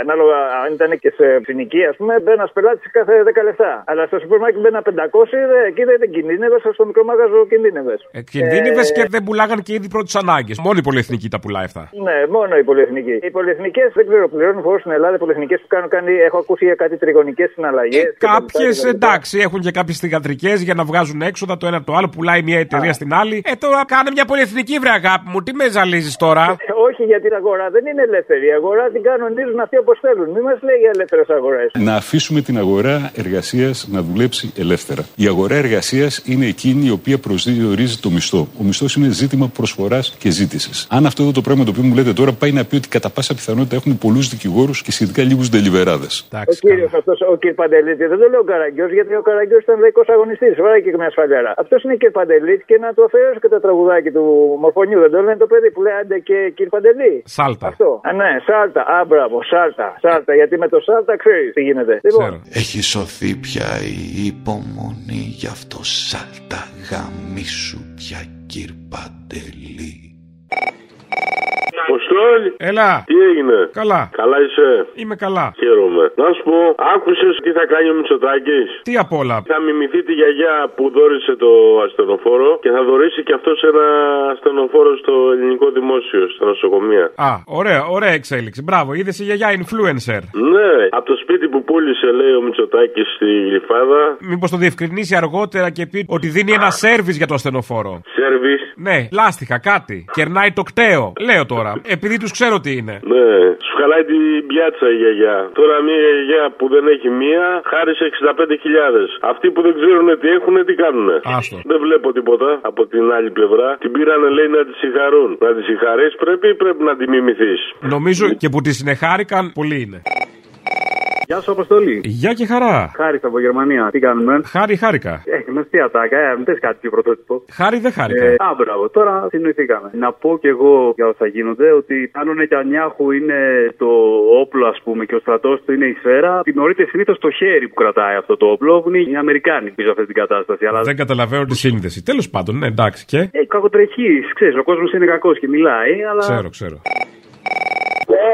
Speaker 6: ανάλογα αν ήταν και σε φοινική, ας πούμε, μπαίνει ένα πελάτη κάθε 10 λεφτά. Αλλά στο σούπερ μάρκετ μπαίνει ένα 500, δε, εκεί δεν κινδύνευε, στο μικρομάγαζο κινδύνευες.
Speaker 3: Ε, Κινδύνευες και δεν πουλάγαν και ήδη πρώτη ανάγκη. Μόνο η πολυεθνική τα πουλάει αυτά.
Speaker 6: Ναι, μόνο οι πολυεθνικοί. Οι πολυεθνικές δεν ξέρω, πληρώνουν φόρο στην Ελλάδα. Οι πολυεθνικές που κάνουν, κάνει, έχω ακούσει για κάτι τριγωνικές
Speaker 3: Ε,
Speaker 6: συναλλαγέ.
Speaker 3: Κάποιε εντάξει έχουν και κάποιες θηγατρικές για να βγάζουν έξοδα το ένα το άλλο. Πουλάει μια εταιρεία στην άλλη. Ε, τώρα κάνε μια πολυεθνική βρε αγάπη μου. Τι με ζαλίζεις τώρα.
Speaker 6: Όχι γιατί η αγορά δεν είναι ελεύθερη. Η αγορά την κανονίζουν αυτοί όπως θέλουν. Μην μας λέει για ελεύθερε αγορές.
Speaker 19: Να αφήσουμε την αγορά εργασίας να δουλέψει ελεύθερα. Η αγορά εργασίας είναι εκείνη η οποία προσδιορίζει το μισθό. Ο μισθός είναι ζήτημα προσφοράς και ζήτησης. Αν αυτό εδώ το πράγμα το οποίο μου λέτε τώρα πάει να πει ότι κατά πάσα πιθανότητα έχουμε πολλούς δικηγόρους και σχετικά λίγους δελιβεράδε.
Speaker 6: Ο κύριος αυτός, ο κ. Παντελήτη, δεν το λέω Καραγκιό, γιατί ο Καραγκιό ήταν λαϊκό αγωνιστή. Βάρε και μια σφαλιάρα. Αυτός είναι κ. Παντελήτη και να του αφαιρέσω και το τραγουδάκι του μορφωνιού. Δεν το λένε το παιδί που λέει άντε και κ. Παντελή.
Speaker 3: Σάλτα.
Speaker 6: Αυτό. Α, ναι, σάλτα. Α, μπράβο, σάλτα. Σάλτα. Γιατί με το σάλτα ξέρεις τι γίνεται. Λοιπόν,
Speaker 21: Έχει σωθεί πια η υπομονή Γι' αυτό σάλτα γαμίσου πια κύρ Παντελή
Speaker 22: Ποστόλ!
Speaker 3: Έλα!
Speaker 22: Τι έγινε?
Speaker 3: Καλά.
Speaker 22: Καλά είσαι.
Speaker 3: Είμαι καλά.
Speaker 22: Χαίρομαι. Να σου πω, άκουσες τι θα κάνει ο Μητσοτάκης.
Speaker 3: Τι απ' όλα.
Speaker 22: Θα μιμηθεί τη γιαγιά που δόρισε το ασθενοφόρο και θα δωρήσει και αυτός ένα ασθενοφόρο στο ελληνικό δημόσιο, στα νοσοκομεία.
Speaker 3: Α, ωραία, ωραία εξέλιξη. Μπράβο, είδες η γιαγιά influencer.
Speaker 22: Ναι, από το σπίτι που πούλησε, λέει ο Μητσοτάκης στη Γλυφάδα.
Speaker 3: Μήπως το διευκρινίσει αργότερα και πει ότι δίνει ένα σερβις για το ασθενοφόρο.
Speaker 22: Σέρβι.
Speaker 3: Ναι, λάστιχα, κάτι. Κερνάει το κταίο. Λέω τώρα, επειδή τους ξέρω τι είναι.
Speaker 22: Ναι, σου χαλάει την πιάτσα η γιαγιά. Τώρα μια γιαγιά που δεν έχει μία, χάρισε 65.000. Αυτοί που δεν ξέρουν τι έχουν, τι κάνουν.
Speaker 3: Άστο.
Speaker 22: Δεν βλέπω τίποτα από την άλλη πλευρά. Την πήρανε, λέει, να τη συγχαρούν. Να τη συγχαρείς πρέπει ή πρέπει να τη μιμηθείς.
Speaker 3: Νομίζω και που τη συνεχάρηκαν, πολλοί είναι.
Speaker 23: Γεια σου, Αποστολή.
Speaker 3: Γεια και χαρά.
Speaker 23: Χάρικα από Γερμανία. Τι κάνουμε.
Speaker 3: Χάρη, χάρηκα.
Speaker 23: Ε, γνωστή ατάκα, ε, μην πες κάτι πιο πρωτότυπο.
Speaker 3: Χάρη, δεν χάρηκα.
Speaker 23: Ε, α, μπράβο, τώρα συνοηθήκαμε. Να πω κι εγώ για όσα γίνονται ότι κάνουν και ανιάχου είναι το όπλο, ας πούμε, και ο στρατός του είναι η σφαίρα. Τιμωρείται συνήθως το χέρι που κρατάει αυτό το όπλο, που είναι οι Αμερικάνοι πίσω αυτή την κατάσταση. Αλλά
Speaker 3: Δεν καταλαβαίνω τη σύνδεση. Τέλος πάντων, ναι, εντάξει και.
Speaker 23: ε, κακοτρεχείς, ξέρεις, ο κόσμος είναι κακός και μιλάει, αλλά.
Speaker 3: Ξέρω, ξέρω.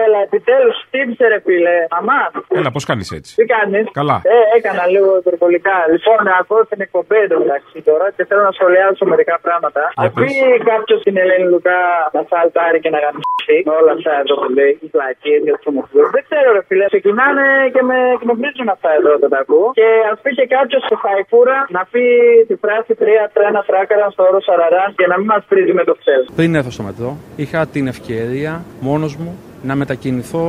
Speaker 11: Έλα, επιτέλους χτύπησε ρε φίλε. Αμά,
Speaker 3: Έλα, πώς κάνεις έτσι.
Speaker 11: τι κάνεις.
Speaker 3: Καλά.
Speaker 11: Ε, έκανα λίγο υπερβολικά. Λοιπόν, ακούω την εκπομπή εντάξει τώρα και θέλω να σχολιάσω μερικά πράγματα.
Speaker 3: Για
Speaker 11: Αν πει κάποιος την Ελένη Λουκά να σαλτάρει και να γαμίσει με όλα αυτά εδώ που λέει, οι πλακίες και αυτό μου λέει. Δεν ξέρω, ρε φίλε. Ξεκινάνε και με εκνευρίζουν αυτά εδώ όταν τα ακούω. Και ας πει και κάποιος στο Χαϊφούρα να πει τη φράση τρία τρένα τράκαραν στο όρο Σαραράν και να μην μας πρίζει με το ψέμα.
Speaker 4: Πριν έρθω στο μετρό, είχα την ευκαιρία μόνος μου να μετακινηθώ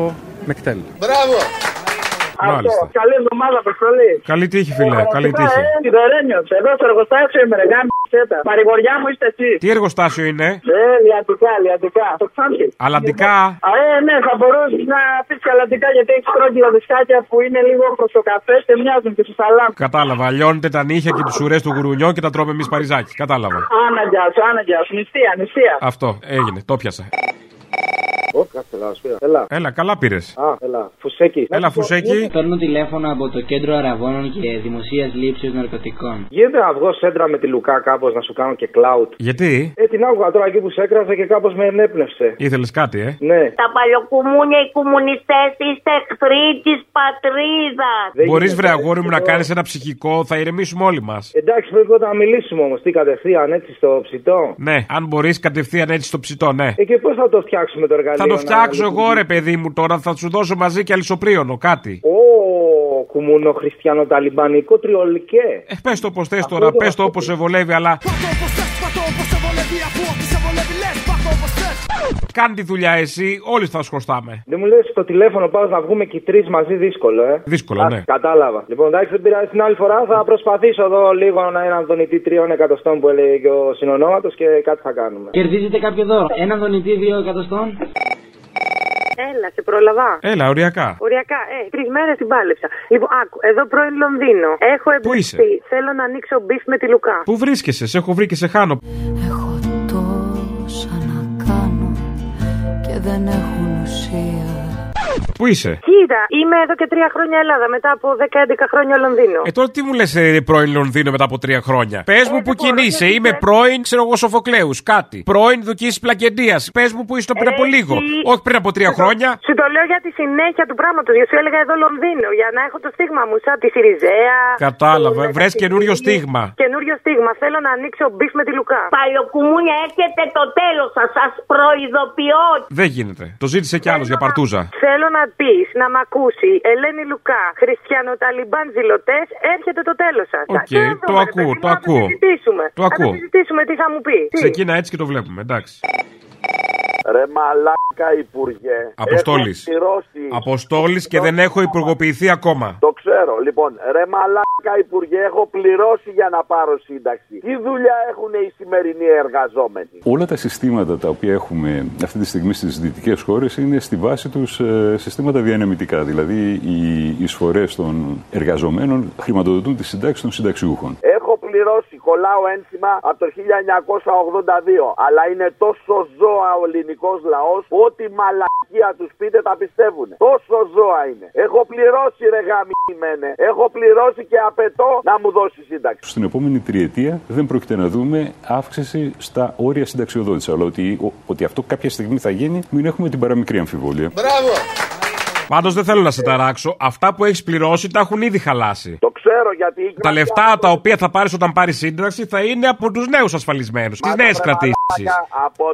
Speaker 4: με κτέλ.
Speaker 11: Μπράβο!
Speaker 3: Μάλιστα.
Speaker 11: Αυτό. Καλή εβδομάδα, Αποστολή.
Speaker 3: Καλή τύχη, φίλε. Καλή
Speaker 11: ε.
Speaker 3: τύχη.
Speaker 11: Σιδερένιο, εδώ στο εργοστάσιο είμαι, ρε γάμισε τα. Παρηγοριά μου είστε εσεί.
Speaker 3: Τι εργοστάσιο είναι.
Speaker 11: Ε, λιατικά, λιατικά. Το ξάνθη.
Speaker 3: Αλλαντικά.
Speaker 11: Α, ε, ναι, θα μπορούσες να πεις καλατικά γιατί έχεις κρόκυλα δισκάκια που είναι λίγο προς το καφέ και μοιάζουν και στους σαλάμ.
Speaker 3: Κατάλαβα. Αλλιώνεται τα νύχια και τις ουρέ του γουρουνιό και τα τρώμε εμείς παριζάκι. Κατάλαβα.
Speaker 11: Άναγιά σου, άναγιά σου. Νηστεία, νηστεία.
Speaker 3: Αυτό έγινε. Το πιάσα.
Speaker 9: Ω, κάτσε λάθος, πήρα. Έλα.
Speaker 3: Έλα, Ε, καλά πήρες.
Speaker 9: Α, έλα. Φουσέκι.
Speaker 3: Έλα, φουσέκι.
Speaker 2: Παίρνω τηλέφωνο από το κέντρο αραβώνων και δημοσίας λήψεω ναρκωτικών.
Speaker 9: Γίνεται αυγός σέντρα με τη Λουκά κάπως να σου κάνω και cloud.
Speaker 3: Γιατί
Speaker 9: Ε, την άκουγα τώρα εκεί που σε έκραζε και κάπως με ενέπνευσε.
Speaker 3: ήθελες κάτι, ε.
Speaker 9: Ναι.
Speaker 10: Τα παλιοκουμούνια, οι κομμουνιστές είστε εχθροί τη πατρίδα.
Speaker 3: Μπορεί, βρε αγόρι
Speaker 10: Ε,
Speaker 3: μου, να κάνει ένα ψυχικό, θα ηρεμήσουμε όλοι μας.
Speaker 9: Εντάξει, πρέπει πρώτα να μιλήσουμε όμως. Τι κατευθείαν έτσι στο ψητό.
Speaker 3: Ναι, αν μπορείς κατευθείαν έτσι στο ψητό, ναι.
Speaker 9: Ε, και πώς θα το φτιάξουμε το εργαλείο.
Speaker 3: Θα το
Speaker 9: να
Speaker 3: φτιάξω εγώ,
Speaker 9: λειτουργεί?
Speaker 3: ρε παιδί μου, τώρα θα σου δώσω μαζί και αλυσοπρίωνο, κάτι.
Speaker 9: Ω, κουμούνο χριστιανοταλιμπανικό τριολικέ.
Speaker 3: Ε, πες το πώ θε τώρα, πες το όπω σε βολεύει, αλλά. Κάνε τη δουλειά εσύ, όλοι θα σχωστάμε.
Speaker 9: Δεν μου λες στο τηλέφωνο πάω να βγούμε και οι τρεις μαζί δύσκολο, ε.
Speaker 3: Δύσκολο, ναι.
Speaker 9: Κατάλαβα. Λοιπόν, εντάξει, δεν πειράζει την άλλη φορά. Θα προσπαθήσω εδώ λίγο να είναι δονητή τριών εκατοστών που έλεγε και ο συνονόματος και κάτι θα κάνουμε.
Speaker 2: Κερδίζετε κάποιο δώρο. Ένα δονητή δύο εκατοστών.
Speaker 24: Έλα, σε πρόλαβα.
Speaker 3: Έλα, οριακά.
Speaker 24: Οριακά, ε, τρεις μέρες την πάλεψα. Λοιπόν, άκου, εδώ πρώην Λονδίνο. Έχω εμπιστευτεί. Θέλω να ανοίξω μπιφ με τη Λουκά.
Speaker 3: Πού βρίσκεσαι, σε έχω βρει και σε χάνω.
Speaker 25: Τόσα να κάνω και δεν έχουν ουσία.
Speaker 3: Πού είσαι.
Speaker 24: Κοίτα, είμαι εδώ και τρία χρόνια Ελλάδα, μετά από 10-11 χρόνια Λονδίνο.
Speaker 3: Ε, τώρα τι μου λες, ε, πρώην Λονδίνο μετά από τρία χρόνια. Πες μου που κινείσαι, είμαι πρώην, ξέρω εγώ, Σοφοκλέους, κάτι. Πρώην Δουκής Πλακεντίας. Πες μου που είσαι το πριν από
Speaker 24: Έχει-
Speaker 3: λίγο. Όχι πριν από τρία χρόνια.
Speaker 24: Σου το λέω για τη συνέχεια του πράγματος. Γιατί σου έλεγα εδώ Λονδίνο, για να έχω το στίγμα μου, σαν τη Σιριζέα.
Speaker 3: Κατάλαβα,
Speaker 24: το-
Speaker 3: βρε καινούριο στίγμα.
Speaker 24: Καινούριο στίγμα, θέλω να ανοίξω μπιφ με τη Λουκά.
Speaker 10: Παλιοκουμούνια, έχετε το τέλος σας. Σας προειδοποιώ.
Speaker 3: Δεν γίνεται. Το ζήτησε κι άλλος για παρτούζα.
Speaker 24: Θέλω να πεις, να μ' ακούσει, Ελένη Λουκά, Χριστιανοταλιμπάν ζηλωτές, έρχεται το τέλος σας.
Speaker 3: Οκ, το ακούω, το ακούω. Το ακούω.
Speaker 24: Θα συζητήσουμε τι θα μου πεις. Τι.
Speaker 3: Ξεκίνα έτσι και το βλέπουμε, εντάξει.
Speaker 26: Ρε μαλάκα υπουργέ.
Speaker 3: Αποστόλης.
Speaker 26: Έχω πληρώσει.
Speaker 3: Αποστόλης και δεν έχω υπουργοποιηθεί ακόμα.
Speaker 26: Το ξέρω. Λοιπόν, ρε μαλάκα υπουργέ, έχω πληρώσει για να πάρω σύνταξη. Τι δουλειά έχουν οι σημερινοί εργαζόμενοι.
Speaker 19: Όλα τα συστήματα τα οποία έχουμε αυτή τη στιγμή στις δυτικές χώρες είναι στη βάση τους ε, συστήματα διανεμητικά. Δηλαδή οι εισφορές των εργαζομένων χρηματοδοτούν τις συντάξεις των συνταξιούχων.
Speaker 26: Έχω πληρώσει, κολλάω ένσημα από το 1982. Αλλά είναι τόσο ζώα ο ελληνικός λαός που ό,τι μαλακία τους πείτε τα πιστεύουν. Τόσο ζώα είναι. Έχω πληρώσει, ρε γαμημένε. Έχω πληρώσει και απαιτώ να μου δώσει σύνταξη.
Speaker 19: Στην επόμενη τριετία δεν πρόκειται να δούμε αύξηση στα όρια συνταξιοδότηση. Αλλά ότι, ο- ότι αυτό κάποια στιγμή θα γίνει, μην έχουμε την παραμικρή αμφιβολία.
Speaker 3: Πάντως δεν θέλω να σε ταράξω. Αυτά που έχεις πληρώσει τα έχουν ήδη χαλάσει.
Speaker 26: Το ξέρω γιατί.
Speaker 3: Τα λεφτά τα οποία θα πάρεις όταν πάρεις σύνταξη θα είναι από τους νέους ασφαλισμένους, τις νέε κρατήσει.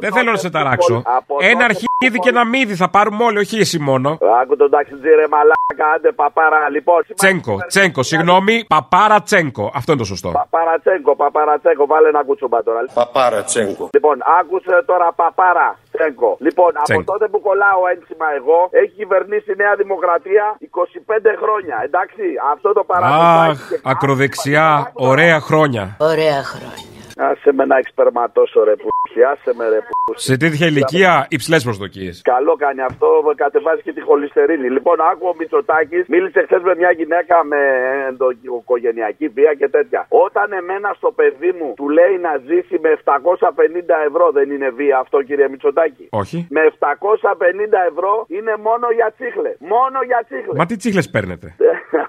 Speaker 3: Δεν θέλω να σε ταράξω. Ένα αρχίδι και ένα μύδι θα πάρουμε όλοι, όχι εσύ μόνο.
Speaker 26: Άκου τον ταξιτζή ρε μαλάκα, άντε παπάρα. Λοιπόν,
Speaker 3: Τσέγκο, τσέγκο, συγγνώμη, παπάρα τσέγκο. Αυτό είναι το σωστό.
Speaker 26: παπαρατσέγκο, παπαρατσέγκο, βάλε ένα κουτσούμπα τώρα.
Speaker 3: Παπάρα τσέγκο.
Speaker 26: Λοιπόν, άκουσε τώρα παπάρα. Τσέγκο. Λοιπόν, από
Speaker 3: Τσέγκο.
Speaker 26: τότε που κολλάω ένσημα εγώ, έχει κυβερνήσει η Νέα Δημοκρατία 25 χρόνια. Εντάξει, αυτό το παράδειγμα.
Speaker 3: Αχ, ακροδεξιά, ωραία χρόνια.
Speaker 26: Ωραία χρόνια. Άσε με να εξπερματώσω ρε πούσι, άσε με ρε πούσι.
Speaker 3: Σε τέτοια ηλικία, υψηλές προσδοκίες.
Speaker 26: Καλό κάνει αυτό, κατεβάζει και τη χολυστερίνη. Λοιπόν, άκου ο Μητσοτάκης, μίλησε χθες με μια γυναίκα με ενδοοικογενειακή βία και τέτοια. Όταν εμένα στο παιδί μου του λέει να ζήσει με 750 ευρώ, δεν είναι βία αυτό, κύριε Μητσοτάκη.
Speaker 3: Όχι.
Speaker 26: Με 750 ευρώ είναι μόνο για τσίχλες. Μόνο για τσίχλες.
Speaker 3: Μα τι τσίχλες παίρνετε.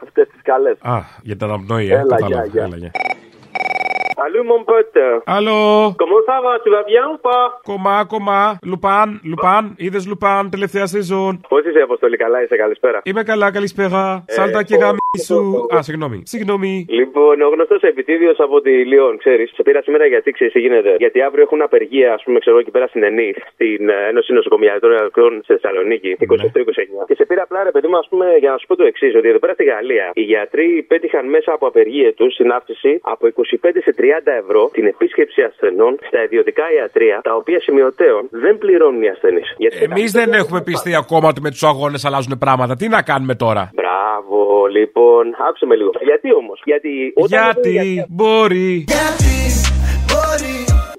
Speaker 26: Αυτές τις καλές.
Speaker 3: Α, για τα αναπνοία,
Speaker 26: Έλα,
Speaker 3: κατάλαβα.
Speaker 26: γεια,
Speaker 3: Έλα, γεια.
Speaker 27: Salut mon pote.
Speaker 3: Allô.
Speaker 27: Comment ça va Tu vas bien ou pas
Speaker 3: Κομμά, κομμά, Λουπάν, Λουπάν, είδες Λουπάν τελευταία σεζόν.
Speaker 27: Πώ είσαι, Αποστολή, καλά είσαι, καλησπέρα.
Speaker 3: Είμαι καλά, καλησπέρα.
Speaker 27: Ε,
Speaker 3: Σάλτα και
Speaker 27: ο-
Speaker 3: γάμι σου. Α, συγγνώμη. Συγγνώμη.
Speaker 27: Λοιπόν, ο γνωστός επιτίδιος από τη Λιόν, ξέρεις. Σε πήρα σήμερα γιατί ξέρεις τι γίνεται. Γιατί αύριο έχουν απεργία, ας πούμε, ξέρω εκεί πέρα στην ΕΝΗ, στην ε, Ένωση Νοσοκομιακών Εργατών στη
Speaker 3: Ναι.
Speaker 27: Θεσσαλονίκη, 28-29. Και σε πήρα απλά, ρε παιδί μου, ας πούμε, για να σου πω το εξής, ότι εδώ πέρα στη Γαλλία οι γιατροί πέτυχαν μέσα από απεργίες τους στην αύξηση από 25 σε 30 ευρώ την επίσκεψη ασθενών στα ιδιωτικά ιατρία, τα οποία σημειωτέων δεν πληρώνουν οι ασθενείς.
Speaker 3: Εμεί δεν έχουμε πιστεί ακόμα ότι με τους αγώνες αλλάζουν πράγματα. Τι να κάνουμε τώρα.
Speaker 27: Ναι, Μπράβο, λοιπόν. Άκουσε με λίγο. Γιατί όμως, γιατί.
Speaker 3: Γιατί μπορεί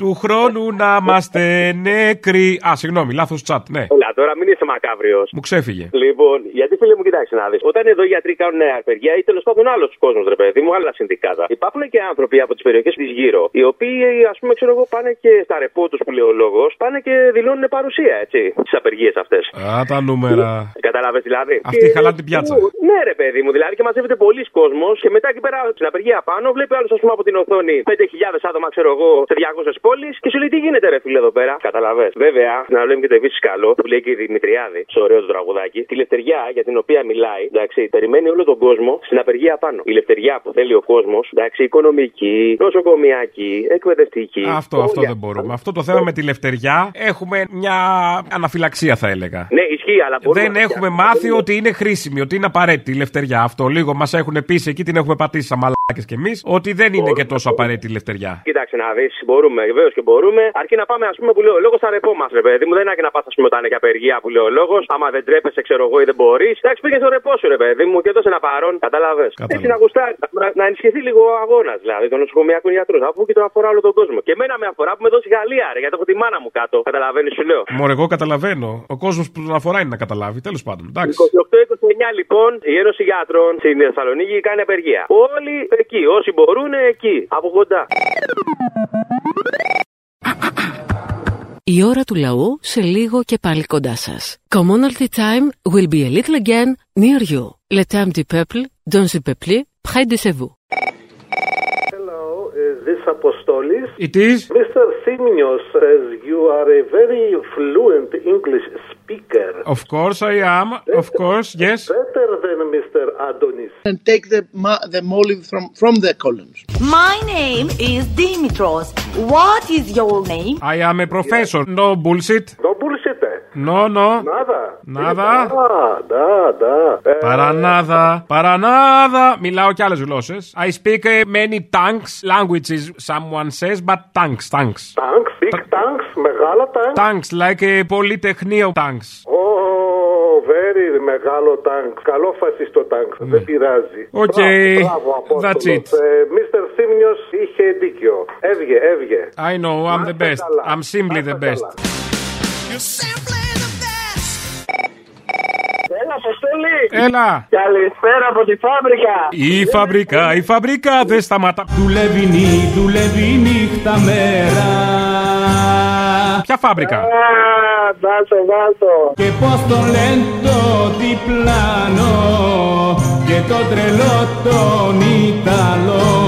Speaker 3: του χρόνου να είμαστε νεκροί. Α, συγγνώμη, λάθος τσάτ, ναι.
Speaker 27: Έλα, τώρα μην είσαι μακάβριος.
Speaker 3: Μου ξέφυγε.
Speaker 27: Λοιπόν, γιατί φίλε μου, κοιτάξτε να δεις. Όταν εδώ οι γιατροί κάνουν απεργία ή τέλος πάντων άλλος κόσμος, ρε παιδί μου, άλλα συνδικάτα. Υπάρχουν και άνθρωποι από τις περιοχές της γύρω, οι οποίοι, ας πούμε, ξέρω εγώ, πάνε και στα ρεπό του που λέει ο λόγος, πάνε και δηλώνουν παρουσία, έτσι, στις απεργίες αυτές.
Speaker 3: Α, τα νούμερα.
Speaker 27: Κατάλαβε δηλαδή.
Speaker 3: Αυτή χαλά την πιάτσα.
Speaker 27: Ναι, ρε παιδί μου, δηλαδή και μαζεύεται πολλοί κόσμος και μετά εκεί πέρα στην απεργία πάνω βλέπει άλλο, ας πούμε, από την οθόνη 5.000 άτομα, ξέρω εγώ, σε 200 πόλεις και σου λέει τι γίνεται, ρε φίλε εδώ πέρα. Καταλαβέ. Βέβαια, να λέμε και το επίσης καλό που λέει και η Δημητριάδη, στο ωραίο του τραγουδάκι, τη λευτεριά για την οποία μιλάει, εντάξει, περιμένει όλο τον κόσμο στην απεργία πάνω. Η λευτεριά που θέλει ο κόσμος, εντάξει, οικονομική, νοσοκομιακή, εκπαιδευτική.
Speaker 3: Αυτό, αυτό δεν μπορούμε. Αυτό το θέμα με τη λευτεριά έχουμε μια αναφυλαξία, θα έλεγα.
Speaker 27: Ναι, ισχύει, αλλά μπορούμε.
Speaker 3: Δεν έχουμε μάθει ότι είναι χρήσιμη, ότι είναι απαραίτητη η λευτεριά. Αυτό λίγο μας έχουν πείσει εκεί, την έχουμε πατήσει σαν μαλάκες κι εμείς, ότι δεν είναι και τόσο απαραίτητη η λευτεριά.
Speaker 27: Κοίταξε να δεις, μπορούμε, βεβαίως και μπορούμε. Αρκεί να πάμε, ας πούμε, που λέω ο λόγος στα ρεπό μα, ρε παιδί μου. Δεν είναι και να πας, ας πούμε, όταν είναι και απεργία που λέω ο λόγος. Άμα δεν τρέπεσαι, ξέρω εγώ, ή δεν μπορείς. Εντάξει, πήγες στο ρεπό σου, ρε παιδί μου, και δώσε ένα παρόν, κατάλαβες. Έτσι να γουστάρεις, να, να ενισχυθεί λίγο ο αγώνας δηλαδή των νοσοκομιακών γιατρών. Αφού και τον αφορά όλο τον κόσμο. Και εμένα με αφορά που με δώσει Γαλλία, ρε, γιατί έχω τη μάνα μου κάτω. Καταλαβαίνεις, σου λέω.
Speaker 3: Μωρέ, εγώ καταλαβαίνω. Ο κόσμος που τον αφορά είναι να καταλάβει, τέλος πάντων. Εντάξει.
Speaker 27: 28-29 λοιπόν η Ένωση Γιατρών στην Θεσσαλονίκη κάνει απεργία. Όλοι εκεί, όσοι μπορούν εκεί, από κοντά.
Speaker 1: Η ώρα του λαού σε λίγο και πάλι κοντά σας. Commonalty time will be a little again near you. Le temps du peuple, dans le peuple, près de chez vous.
Speaker 11: ε, this Apostolis.
Speaker 3: It is.
Speaker 11: Mr. Simnios says you are a very fluent English speaker.
Speaker 3: Of course I am. Better, of course, yes.
Speaker 11: Better than Mr. Adonis.
Speaker 12: And take the ma- the molly from from the columns.
Speaker 13: My name is Dimitros. What is your name?
Speaker 3: I am a professor. Yes. No bullshit.
Speaker 11: No bullshit. Eh?
Speaker 3: No, no.
Speaker 11: Nada.
Speaker 3: Nada.
Speaker 11: Da, da.
Speaker 3: Παρανάδα. Παρανάδα. Μιλάω κι άλλες γλώσσες. I speak many tongues, languages. someone says, but tanks, tanks.
Speaker 11: Tanks, big Ta- tanks, μεγάλα tanks.
Speaker 3: Tanks, like a πολυτεχνείο tanks.
Speaker 11: Oh, very μεγάλο tank. Καλό φασιστό tank. Mm. Δεν πειράζει.
Speaker 3: Ναι. Οκ.
Speaker 11: Okay. Μπράβο,
Speaker 3: That's it.
Speaker 11: Ε, Mr. Σίμνιος είχε δίκιο. Έβγε, έβγε.
Speaker 3: I know, I'm the best. I'm simply the best.
Speaker 11: You're
Speaker 3: simply
Speaker 11: the best. Έλα, Αποστολή!
Speaker 3: Έλα!
Speaker 11: Καλησπέρα από τη φάμπρικα!
Speaker 3: Η φάμπρικα, η φάμπρικα δεν σταματά.
Speaker 14: Δουλεύει νύ, δουλεύει νύχτα μέρα.
Speaker 3: Ποια φάμπρικα?
Speaker 11: Βάζω, βάζω.
Speaker 14: Και πώς το λένε το διπλάνο και το τρελό τον Ιταλό.